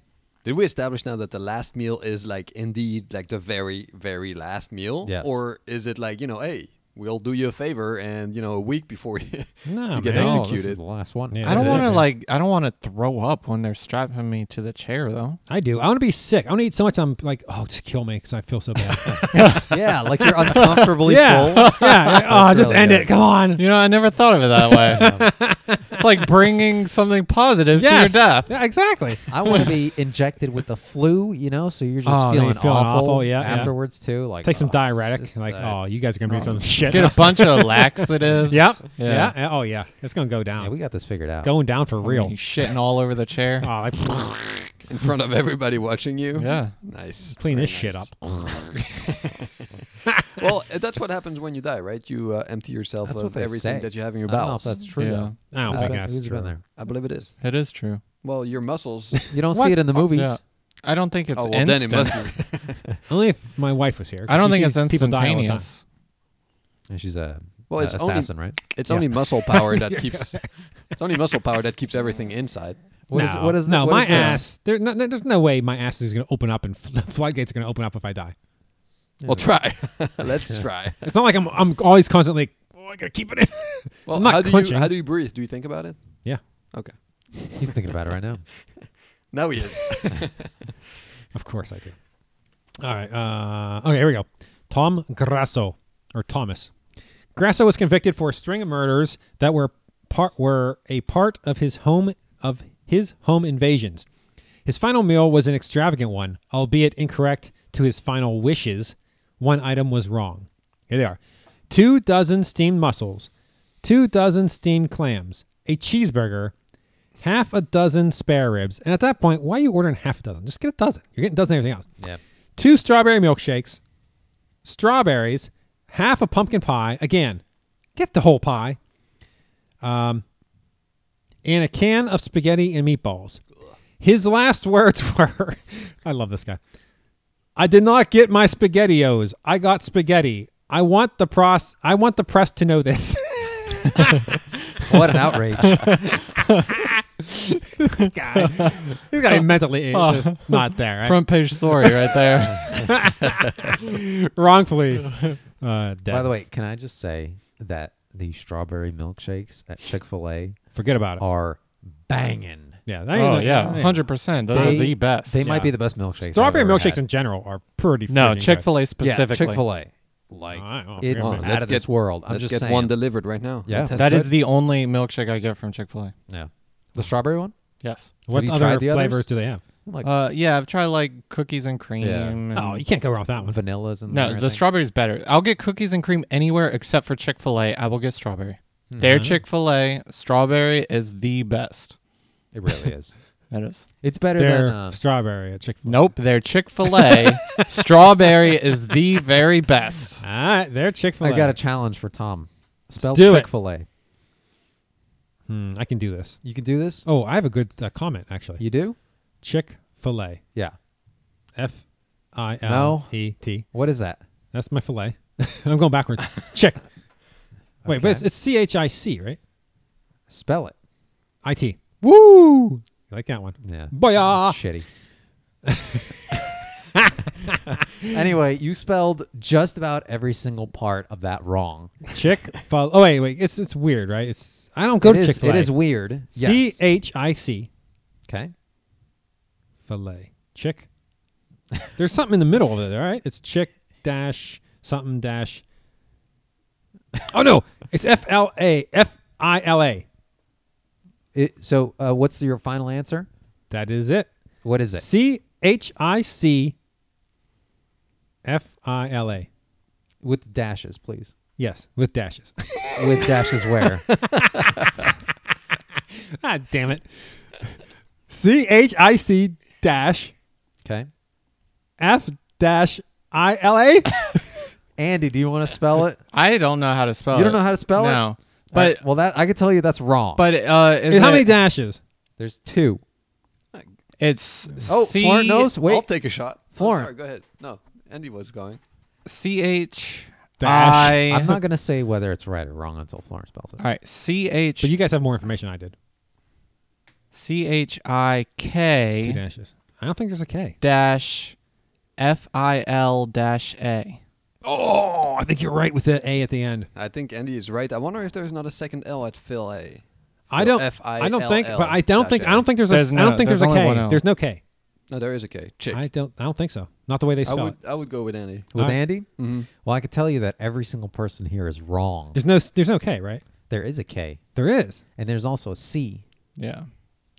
F: did we establish now that the last meal is like indeed like the very very last meal,
E: Yes.
F: or is it like you know, hey, we'll do you a favor and you know a week before you,
D: No,
F: you get
D: man.
E: no, this is
F: executed.
E: the last one.
D: Yeah,
C: I don't
D: it
C: want to
D: is.
C: like. I don't want to throw up when they're strapping me to the chair, though.
D: I do. I want to be sick. I want to eat so much. I'm like, oh, just kill me because I feel so bad.
E: yeah, like you're uncomfortably
D: yeah.
E: full.
D: yeah. like, oh, just
E: really
D: end
E: good.
D: it. Come on.
C: You know, I never thought of it that way. it's like bringing something positive
D: Yes.
C: to your death.
D: Yeah, exactly.
E: I want to be injected with the flu, you know, so you're just
D: Oh, then
E: feeling,
D: you're feeling
E: awful,
D: awful, yeah, yeah.
E: afterwards too. Like
D: Take some
E: oh,
D: diuretic.
E: just,
D: Like,
E: uh,
D: oh, you guys are gonna be some shit.
C: Get a bunch of laxatives.
D: Yep. Yeah.
C: Yeah.
D: yeah. Oh yeah. It's gonna go down.
E: yeah, we got this figured out.
D: Going down for
C: Real.
D: real.
C: shitting all over the chair.
D: Oh, like,
F: in front of everybody watching you?
C: Yeah.
F: Nice.
D: clean
F: Very
D: this shit
F: nice.
D: up.
F: well, uh, that's what happens when you die, right? You uh, empty yourself
E: That's what
F: of
E: they
F: everything
E: say.
F: that you have in
E: I
F: your
E: don't know
F: bowels.
E: if that's true.
C: Yeah.
E: though.
D: I don't think
E: Who's been-
D: that's
E: who's
D: true.
E: been there?
F: I believe it is.
C: It is true.
F: Well, your muscles.
E: You don't
D: What? Oh,
E: see it in the movies.
C: Yeah. I don't think it's
F: oh well, then it
C: instant.
F: must. Be.
D: Only if my wife was here. 'cause
C: I don't
D: she
C: think it's
D: sees people die all the time.
C: instantaneous.
E: And she's a
F: Well,
E: a
F: it's only-
E: assassin, right?
F: It's
D: Yeah.
F: only muscle power that keeps. It's only muscle power that keeps everything inside.
E: What
D: no,
E: is what is the-
D: no
E: what
D: my
E: is this?
D: ass? There, no, there- there's no way my ass is going to open up and the floodgates are going to open up if I die.
F: Well, try. Let's try.
D: It's not like I'm I'm always constantly. Oh, I got to keep it in.
F: Well,
D: I'm not
F: how do
D: clenching.
F: you how do you breathe? Do you think about it?
D: yeah,
F: Okay.
E: He's thinking about it right now.
F: Now he is.
D: of course I do. All right. Uh, okay, here we go. Tom Grasso or Thomas Grasso was convicted for a string of murders that were part were a part of his home of his home invasions. His final meal was an extravagant one, albeit incorrect to his final wishes. One item was wrong. Here they are: two dozen steamed mussels, two dozen steamed clams, a cheeseburger, half a dozen spare ribs. And at that point, why are you ordering half a dozen? Just get a dozen. You're getting a dozen of everything else
E: Yeah.
D: two strawberry milkshakes, strawberries, half a pumpkin pie. Again, get the whole pie. Um, and a can of spaghetti and meatballs. His last words were, "I love this guy. I did not get my spaghettios. I got spaghetti. I want the pros. I want the press to know this."
E: What an outrage.
D: this guy, he's got to be mentally ill. It's just not there. Right?
C: Front page story right there.
D: Wrongfully. Uh, dead.
E: By the way, can I just say that the strawberry milkshakes at Chick Fil A
D: forget about it.
E: are banging.
D: yeah.
C: Oh yeah, hundred percent. Those
E: They-
C: are the best.
E: They
D: Yeah.
E: might be the best milkshakes. I've
D: Strawberry
E: ever
D: milkshakes
E: had.
D: in general are pretty.
C: no, Chick Fil A specifically.
E: Yeah, Chick Fil A. Like
D: Alright, well,
E: it's
D: forget
F: about it.
E: out of
F: Let's
E: this world. I'm
F: Let's
E: just
F: get
E: saying.
F: one delivered right now.
E: Yeah.
F: Test
C: That
F: it.
C: is the only milkshake I get from Chick Fil A.
E: yeah, the strawberry one.
C: Yes.
D: What
E: Have you
D: other
E: tried the others?
D: flavors do they have?
E: Like
C: Uh, yeah, I've tried like cookies and cream.
E: Yeah.
C: and-
D: Oh, you can't go wrong with that one.
E: vanillas and
C: no, the strawberry's better. I'll get cookies and cream anywhere except for Chick Fil A. I will get strawberry. Their Chick Fil A strawberry is the best.
E: It really is.
C: That is.
E: It's better
D: They're
E: than uh,
D: strawberry at Chick Fil A.
C: Nope, their Chick Fil A strawberry is the very best.
D: All right, Ah, they're Chick Fil A.
E: I got a challenge for Tom. Spell
D: do it.
E: Chick Fil A.
D: Hmm, I can do this.
E: You can do this.
D: Oh, I have a good uh, comment actually.
E: You do?
D: Chick Fil A.
E: Yeah.
D: F I L E T.
E: What is that?
D: That's my fillet. I'm going backwards. Chick. Wait, but it's, it's C H I C, right?
E: Spell it.
D: I T. Woo! You like that one?
E: Yeah.
D: Booyah!
E: That's shitty. anyway, you spelled just about every single part of that wrong.
D: Chick Fil. Oh wait, wait. It's it's weird, right? It's I don't go
E: It
D: to
E: is-
D: Chick Fil A.
E: It is weird.
D: C
E: Yes.
D: H I C
E: okay.
D: fillet. Chick. There's something in the middle of it, all right? It's chick dash something dash. Oh no, it's F L A F I L A.
E: It, so, uh, what's your final answer?
D: That is it.
E: What is it?
D: C H I C F I L A.
E: With dashes, please.
D: Yes, with dashes.
E: With dashes, where?
D: ah, damn it. C H I C dash
E: Okay.
D: F dash I L A.
E: Andy, do you want to spell it?
C: I don't know how to spell it.
E: You don't know how to spell it?
C: No. But
E: well, that I can tell you that's wrong.
C: but uh is
D: How
C: it-
D: many dashes?
E: there's two.
C: it's
E: Oh,
C: C-
E: Florent knows.
F: I'll
E: Wait,
F: take a shot. I'm
E: Florent.
F: sorry, go ahead. No, Andy was going.
C: C H
D: Dash.
C: I-
E: I'm not gonna say whether it's right or wrong until Florence spells it.
C: All right, C H
D: But you guys have more information than I did.
C: C H I
D: Two
C: K
D: dashes. I don't think there's a K.
C: dash F I L dash A.
D: Oh, I think you're right with the A at the end.
F: I think Andy is right. I wonder if there's not a second L at Phil A.
D: I don't.
F: F-I-L-L
D: I don't think. But I don't think. I don't think there's.
C: There's
D: a, I don't
C: no-
D: think there's,
C: there's
D: a
C: only one
D: K.
C: L.
D: There's no K.
F: No, there is a K. Chick.
D: I
F: I,
D: don't. I don't think so. Not the way they spell
F: would.
D: it.
F: I would go with Andy.
E: With
D: Alright.
E: Andy?
F: Mm-hmm.
E: Well, I could tell you that every single person here is wrong.
D: There's no. There's no K, right?
E: There is a K,
D: There is.
E: and there's also a C.
C: Yeah.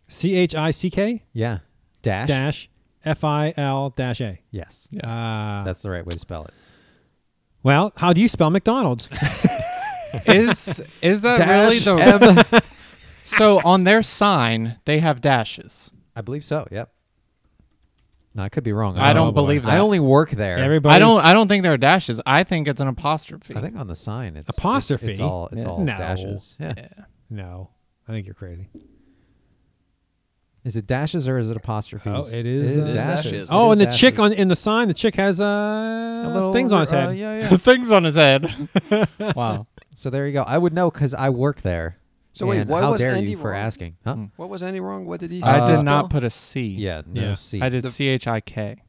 D: C H I C K
E: Yeah. Dash.
D: dash F I L dash A.
E: Yes.
D: Ah.
E: That's the right way to spell it.
D: well, how do you spell McDonald's?
C: Is is that really
E: Dash
C: the So on their sign they have dashes.
E: I believe so. Yep. No, I could be wrong.
C: I don't
E: know.
C: believe that.
E: I only work there.
D: Everybody.
C: I don't I don't think there are dashes. I think it's an apostrophe.
E: I think on the sign it's it's- It's,
D: Apostrophe?
E: all it's
C: Yeah.
E: all
D: No.
E: dashes. Yeah.
D: No, I think you're crazy.
E: Is it dashes or is it apostrophes?
D: Oh, it is,
E: It is
D: uh,
E: dashes.
F: dashes.
E: It
D: Oh,
E: is
D: and the chick
E: dashes.
D: on in the sign, the chick has uh,
E: A little
D: things on his
E: uh,
D: head.
E: yeah, yeah.
C: the things on his head. wow.
E: So there you go. I would know because I work there.
F: So wait,
E: And
F: why
E: how
F: was
E: dare
F: Andy
E: you for
F: wrong?
E: asking? Huh?
D: Hmm.
F: What was Andy wrong? What did he?
C: I
E: Uh,
C: did not
F: spell?
C: put a C.
E: Yeah, no
D: Yeah.
E: C.
C: I did
F: The-
C: C H I K,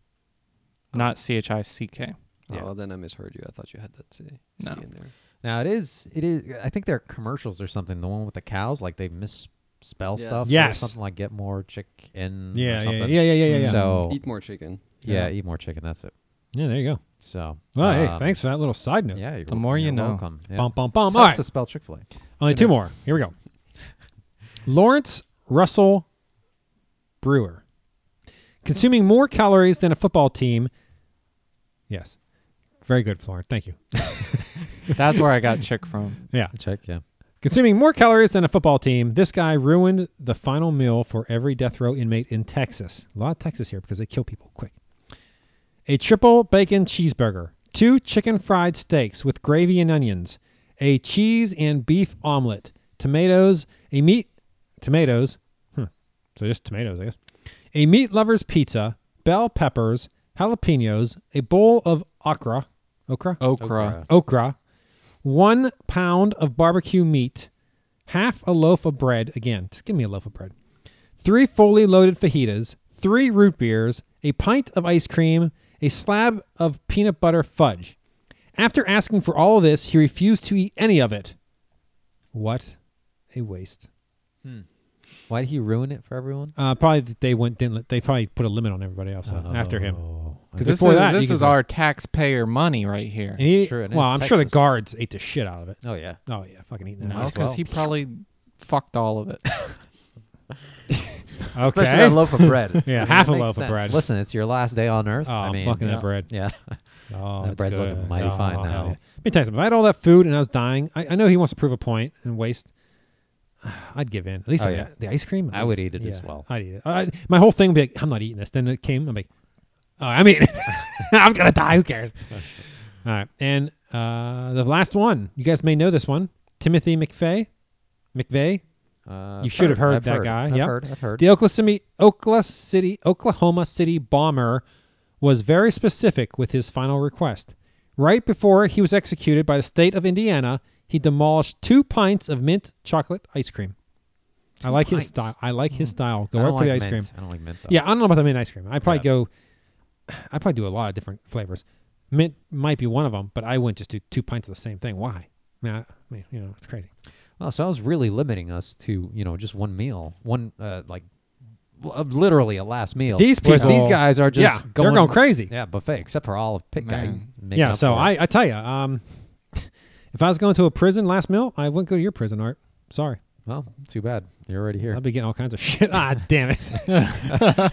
C: not C H I C K.
F: Oh,
E: yeah.
F: well, then I misheard you. I thought you had that C, C
C: No.
F: in there.
E: Now it is. It is. I think they're commercials or something. The one with the cows, like they misspell
F: Yes.
E: stuff. or
D: Yes.
E: something like get more chicken. or
D: Yeah, yeah,
E: something.
D: yeah, yeah, yeah, yeah, yeah.
E: So
F: Eat more chicken.
E: yeah,
C: Yeah.
E: eat more chicken. That's it.
D: Yeah, there you go.
E: So
D: Well, Oh, hey,
E: um,
D: thanks for that little side note.
E: Yeah, you're,
C: The more you
E: you're
C: know.
E: Welcome. Yeah.
D: Bum bum bum.
E: Tough
D: All right,
E: to spell Chick Fil A.
D: only two more. Here we go. Lawrence Russell Brewer, consuming more calories than a football team. Yes, very good, Florent. Thank you.
C: That's where I got chick from.
D: Yeah,
E: Chick. Yeah.
D: consuming more calories than a football team. This guy ruined the final meal for every death row inmate in Texas. A lot of Texas here because they kill people quick. a triple bacon cheeseburger, two chicken fried steaks with gravy and onions, a cheese and beef omelet, tomatoes, a meat, tomatoes, hmm, so just tomatoes, I guess, a meat lover's pizza, bell peppers, jalapenos, a bowl of okra, okra,
C: Okra.
D: okra, one pound of barbecue meat, half a loaf of bread. Again, just give me a loaf of bread. three fully loaded fajitas, three root beers, a pint of ice cream, a slab of peanut butter fudge. After asking for all of this, he refused to eat any of it. What a waste.
E: Why did he ruin it for everyone?
D: Uh, probably they went didn't let- they probably put a limit on everybody else uh, after him.
E: Oh, I
D: 'Cause
E: think-
C: This
D: before
C: is,
D: that, you
C: this
D: could
C: is
D: go-
C: our taxpayer money right here.
D: And he,
E: That's true, and
D: well,
E: it's
D: I'm sure the
E: Texas.
D: guards ate the shit out of it.
E: oh yeah.
D: Oh yeah, fucking eating that.
C: No,
E: might as
C: because he
E: well.
C: probably fucked all of it.
D: Okay.
E: Especially that loaf of bread. I mean,
D: half a
E: it makes
D: loaf of
E: sense.
D: bread.
E: Listen, it's your last day on earth.
D: oh,
E: I
D: I'm
E: mean,
D: fucking
E: yeah.
D: that bread.
E: Yeah.
D: Oh,
E: That
D: it's
E: bread's looking
D: good. Oh,
E: mighty fine
D: hell
E: now.
D: yeah. Let me tell you something. If I had all that food and I was dying, I, I know he wants to prove a point and waste. I'd give in. At least
E: Oh,
D: I-
E: yeah.
D: the ice cream. at
E: I would
D: least.
E: eat it as well.
D: I'd eat it. I, my whole thing would be like, I'm not eating this. Then it came. I'm like, oh, I'm eating it. I'm gonna die. Who cares? all right. And uh, the last one. You guys may know this one. Timothy McVeigh. McVeigh.
E: Uh,
D: You should have heard
E: I've
D: that guy,
E: I've
D: yeah.
E: heard. I've heard.
D: The Oklahoma City, Oklahoma City, Oklahoma City bomber was very specific with his final request. Right before he was executed by the state of Indiana, he demolished two pints of mint chocolate ice cream. I like
E: pints? Hmm.
D: his style. I like his style. Go
E: I
D: right
E: don't
D: for the
E: like
D: ice cream.
E: mint. I don't like mint. Though.
D: Yeah, I don't know about the mint ice cream. I probably go. I probably do a lot of different flavors. Mint might be one of them, but I wouldn't just do two pints of the same thing. Why? I mean, I, I mean you know, it's crazy.
E: Wow, so I was really limiting us to you know just one meal, one uh, like l- uh, literally a last meal.
D: These
E: Whereas these
D: people-
E: guys are
D: yeah,
E: just
D: they're
E: going,
D: going crazy.
E: Yeah, buffet except for all of Pitt
C: Man.
E: guys. making
D: yeah
E: up
D: so
E: for it.
D: I, I tell you um, if i was going to a prison last meal i wouldn't go to your prison art sorry
E: well too bad you're already here.
D: i'd be getting all kinds of shit ah damn it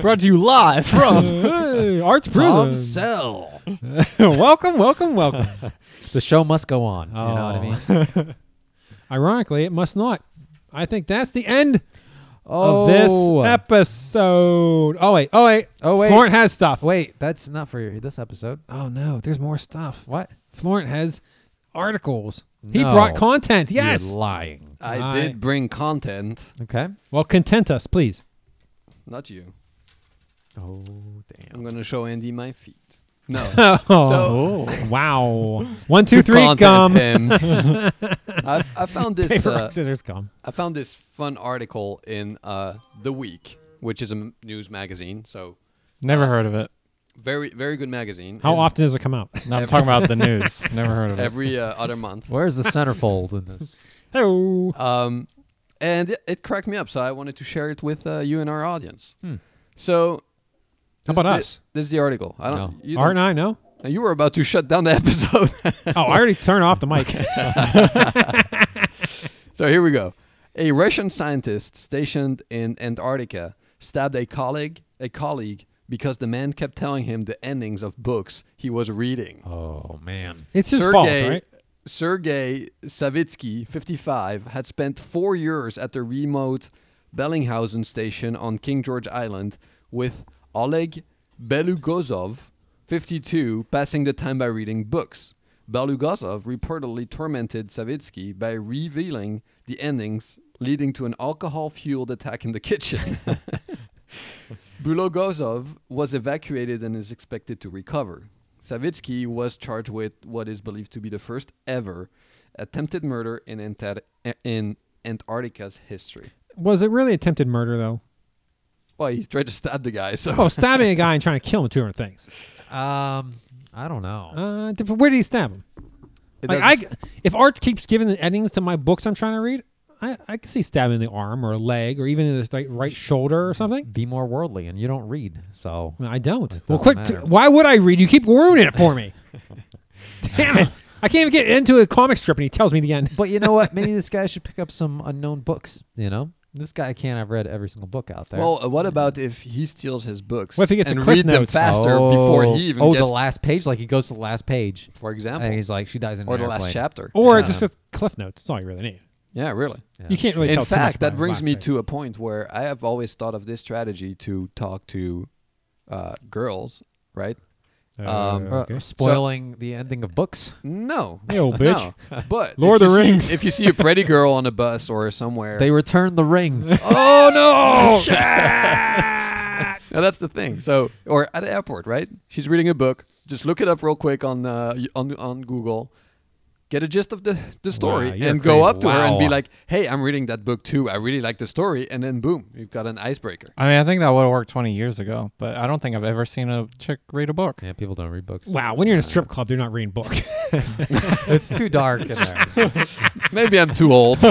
C: Brought to you live from.
D: Hey, art's
E: Tom
D: prison
E: Sell.
D: welcome welcome welcome
E: The show must go on. You know what I
D: Oh.
E: mean?
D: ironically it must not i think that's the end
E: Oh,
D: of this episode oh wait oh wait
E: Oh, wait.
D: florent has stuff
E: Wait, that's not for your- this episode.
D: oh no there's more stuff
E: What?
D: florent has articles he
E: No.
D: brought content
E: You're
D: yes
E: lying.
F: I
D: I-
F: did bring content.
E: Okay.
D: well content us please
F: Not you.
E: Oh damn.
F: I'm gonna show Andy my feet. No.
D: oh
F: So-
D: wow one two three
F: Content
D: gum
F: him. I, I found this.
D: paper
F: Uh,
D: rock scissors gum
F: I found this fun article in uh, the Week, which is a m- news magazine. So
C: Never heard of it.
F: very, very good magazine.
D: How
F: And
D: often does it come out?
C: No, I'm talking about the news. Never heard of it.
F: Every uh, other month.
E: Where's the centerfold in this?
D: Hello.
F: Um, and it, it cracked me up, so I wanted to share it with uh, you and our audience. So.
D: Hmm. How
F: this
D: about
F: Uh, is
D: us?
F: the- This is the article. I don't.
E: No.
F: You,
D: Art
F: don't
D: and I know.
F: now you were about to shut down the episode.
D: Oh, I already turned off the mic.
F: So here we go. A Russian scientist stationed in Antarctica stabbed a colleague, a colleague because the man kept telling him the endings of books he was reading.
E: Oh man.
D: It's his fault,
F: Sergei,
D: right?
F: Sergei Savitsky, 55, had spent four years at the remote Bellinghausen station on King George Island with Oleg Belugozov, 52, passing the time by reading books. Belugozov reportedly tormented Savitsky by revealing the endings, leading to an alcohol fueled attack in the kitchen. Bulogozov was evacuated and is expected to recover. Savitsky was charged with what is believed to be the first ever attempted murder in, Antar- in Antarctica's history.
D: Was it really attempted murder though?
F: Well, he tried to stab the guy, so
D: Oh, stabbing a guy and trying to kill him, two different things.
E: Um, I don't know.
D: Uh, dip- where did he stab him?
F: it
D: Like, I,
F: doesn't-
D: if Art keeps giving the endings to my books I'm trying to read, I, I can see stabbing in the arm or leg or even in his like, right shoulder or something.
E: Be more worldly, and you don't read, so
D: No, I don't. Well,
E: doesn't
D: quick,
E: matter.
D: why would I read? You keep ruining it for me. Damn it. I can't even get into a comic strip and he tells me the end.
E: But you know what? Maybe this guy should pick up some unknown books. You know, this guy can't have read every single book out there.
F: well, uh, what about if he steals his books
D: What if he gets the
F: and
D: Cliff
F: read them
D: Notes?
F: faster before he even
E: oh,
F: gets,
E: the last page, like he goes to the last page,
F: for
E: and
F: example,
E: he's like, she dies in an
F: or the last
E: airplane.
F: chapter?
D: Or
E: Yeah.
D: just a cliff notes. That's all you really need.
F: yeah, really.
E: Yeah.
D: You can't really tell
F: In
D: too much
F: fact,
D: about
F: that
D: it
F: brings
D: last
F: me
D: page.
F: to a point where I have always thought of this strategy to talk to uh, girls, right? Um,
E: Uh,
D: okay.
E: Spoiling the ending of books.
F: No.
D: Yo, bitch.
F: No. But
D: Lord
F: if
D: of
F: you
D: the
F: see-
D: Rings.
F: if you see a pretty girl on a bus or somewhere,
E: They return the ring.
F: oh no! now that's the thing. So, or at the airport, right? She's reading a book. Just look it up real quick on uh, y- on on Google. get a gist of the, the story
D: Wow, you're
F: and go
D: creative.
F: up to her and be
D: Wow.
F: like, hey, I'm reading that book too. I really like the story. And then boom, you've got an icebreaker.
C: I mean, I think that would have worked 20 years ago, but I don't think I've ever seen a chick read a book.
E: Yeah, people don't read books.
D: Wow, when you're in a strip club, you're not reading books.
E: it's too dark in there.
F: Maybe I'm too old.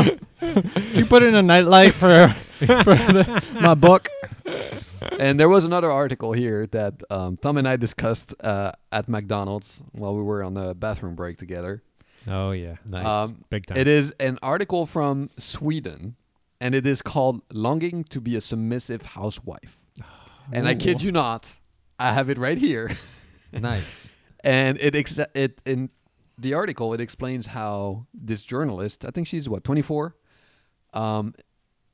C: you put in a nightlight for, for the, my book?
F: and there was another article here that um, Tom and I discussed uh, at McDonald's while we were on the bathroom break together.
D: oh yeah, nice,
F: Um,
D: big time.
F: It is an article from Sweden, and it is called "Longing to be a Submissive Housewife." And I kid you not, I have it right here.
E: nice.
F: and it ex- it in the article it explains how this journalist, I think she's what twenty four, um,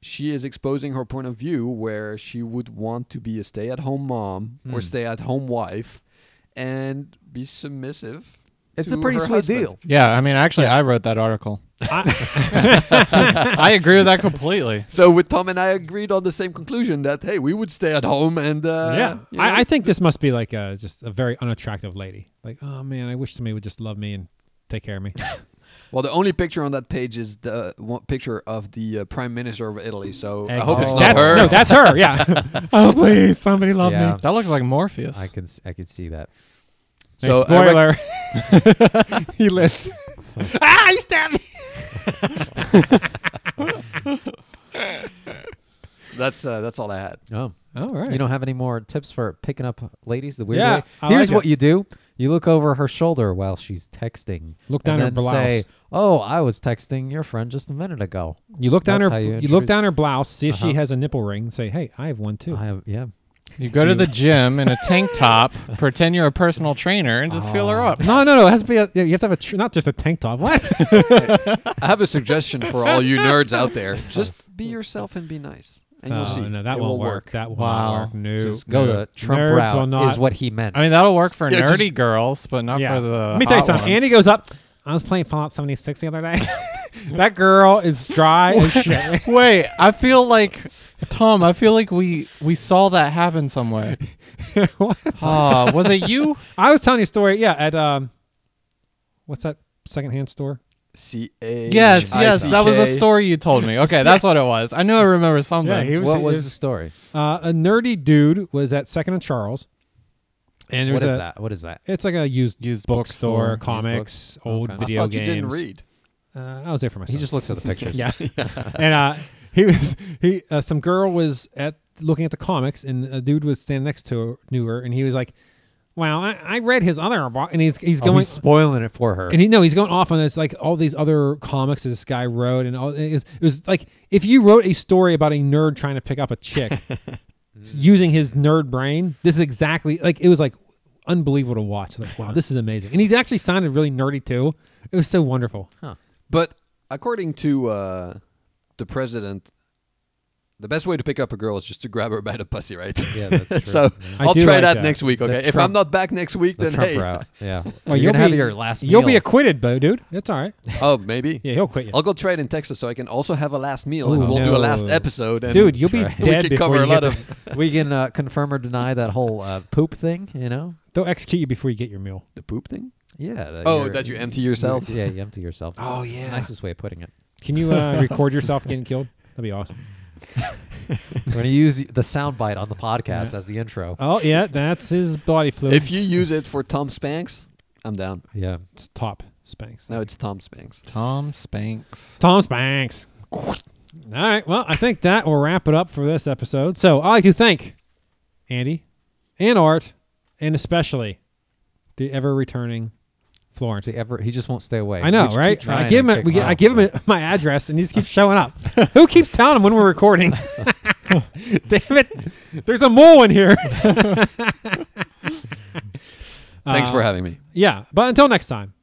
F: she is exposing her point of view where she would want to be a stay at home mom
D: Hmm.
F: or stay at home wife, and be submissive.
E: It's
F: to
E: a pretty
F: her
E: sweet
F: husband.
E: deal.
C: Yeah, I mean, actually, I wrote that article.
D: I-
C: I agree with that completely.
F: So with Tom and I agreed on the same conclusion that hey, we would stay at home and uh,
D: yeah,
F: you know,
D: I, I think this must be like a, just a very unattractive lady. Like, oh man, I wish somebody would just love me and take care of me.
F: well, the only picture on that page is the one picture of the uh, prime minister of Italy. So I hope it's
D: Exactly.
F: not
D: That's-
F: her.
D: No, that's her. Yeah. oh please, somebody love
E: Yeah.
D: me.
C: That looks like Morpheus.
E: I can s- I can see that.
F: So,
D: So spoiler, he lives. ah, he stabbed me.
F: that's uh, that's all I had.
E: Oh,
D: All right.
E: you don't have any more tips for picking up ladies the weird
D: Yeah,
E: way?
D: I
E: Here's
D: like
E: what
D: it.
E: you do: you look over her shoulder while she's texting.
D: Look down
E: and
D: her
E: then
D: blouse.
E: Say, "Oh, I was texting your friend just a minute ago."
D: You look down
E: That's
D: her. You,
E: how you
D: look
E: introduce-
D: down her blouse. See if she
E: Uh-huh.
D: has a nipple ring. Say, hey, I have one too.
E: I have, yeah.
C: You go to the gym in a tank top, pretend you're a personal trainer, and
F: Oh.
C: just fill her
F: Um,
C: up.
D: no, no, no. It has to be. A, you have to have a tr- not just a tank top. What?
F: I have a suggestion for all you nerds out there. Just be yourself and be nice, and
D: oh,
F: you'll see.
D: no, that
F: It
D: won't
F: will
D: work. That won't
C: Wow.
D: work. No,
E: Just go
D: no.
E: the Trump
D: Nerds
E: route
D: will not.
E: is what he meant.
C: I mean, that'll work for
F: Yeah, just-
C: nerdy girls, but not
D: yeah.
C: for the.
D: Let me tell you
C: hot
D: something.
C: ones.
D: Andy goes up. I was playing Fallout 76 the other day. that girl is dry as shit.
C: Wait, I feel like Tom. I feel like we we saw that happen somewhere.
D: What?
C: Ah, was it you?
D: I was telling you a story. Yeah, at um, what's that secondhand store?
F: C A.
C: Yes, yes, that was a
F: ICK.
C: story you told me. Okay, that's what it was. I knew I remember something.
E: what was the story?
D: Uh, a nerdy dude was at Second and Charles, and there's
E: What is
D: a,
E: that? What is that?
D: It's like a used
C: Used
D: bookstore,
C: bookstore, used
D: comics, old
C: Okay. I
D: video
F: I thought
D: games.
F: you didn't read.
D: Uh, I was there for myself.
E: He just looks at the pictures.
D: yeah. and uh, he was he uh, some girl was at looking at the comics, and a dude was standing next to her, knew her, and he was like, "Wow, I, I read his other bo-" and he's he's
E: Oh,
D: going
E: he's spoiling it for her.
D: and he no, he's going off on this like all these other comics this guy wrote, and all it was, it was like if you wrote a story about a nerd trying to pick up a chick s- using his nerd brain, this is exactly like it was like unbelievable to watch. Like wow, this is amazing, and he's actually sounded really nerdy too. It was so wonderful.
F: But according to uh, the president, the best way to pick up a girl is just to grab her by the pussy, right?
E: yeah, that's true.
F: so
D: I
F: I'll
D: do
F: try
D: like
F: that,
D: that.
F: next week, okay? if
E: Trump-
F: I'm not back next week,
E: the
F: then
E: Trump
F: hey,
E: route. Yeah.
D: Well,
E: you're
D: you'll
E: gonna
D: be-
E: have your last.
D: You'll be
E: meal.
D: acquitted, Bo, dude. That's all right.
F: oh maybe.
D: Yeah, he'll quit you,
F: I'll go trade in Texas so I can also have a last meal,
D: Ooh,
F: and we'll do a last
D: no.
F: episode. And
D: dude. You'll be
E: That's
F: we
D: dead
F: can
D: before
F: cover
D: you
F: a
D: get
F: lot
D: to-
F: of.
E: we can uh, confirm or deny that whole uh, poop thing. You know.
D: They'll execute you before you get your meal.
F: The poop thing?
E: Yeah. that
F: Oh,
E: you're-
F: that you empty yourself?
E: Yeah, you empty yourself.
F: Oh, yeah.
E: Nicest way of putting it.
D: Can you uh, record yourself getting killed? That'd be awesome.
E: We're gonna use the soundbite on the podcast as the intro.
D: Oh yeah, that's his body fluid.
F: If you use it for Tom Spanks, I'm down.
E: Yeah.
D: it's top Spanks.
F: No, it's Tom Spanks.
C: Tom Spanks.
D: Tom Spanks. All right. Well, I think that will wrap it up for this episode. So I'd like to thank Andy and Art, and especially the ever returning Florence.
E: The ever he just won't stay away.
D: I know,
E: We just keep
D: right? I
E: trying
D: give him,
E: to
D: a,
E: kick
D: we get, I
E: off,
D: give him
E: but-
D: a, my address, and he just keeps showing up. Who keeps telling him when we're recording? Damn it! There's a mole in here.
F: Thanks
D: Uh,
F: for having me.
D: Yeah, but until next time,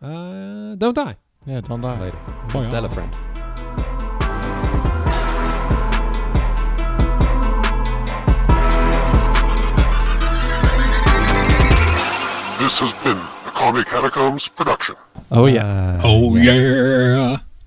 D: uh, don't die.
C: Yeah, Tom Dyer.
E: Later.
D: Bye, y'all.
F: Tell a friend.
A: This has been a Comic Catacombs production.
C: Oh yeah.
E: Uh,
B: Oh, yeah.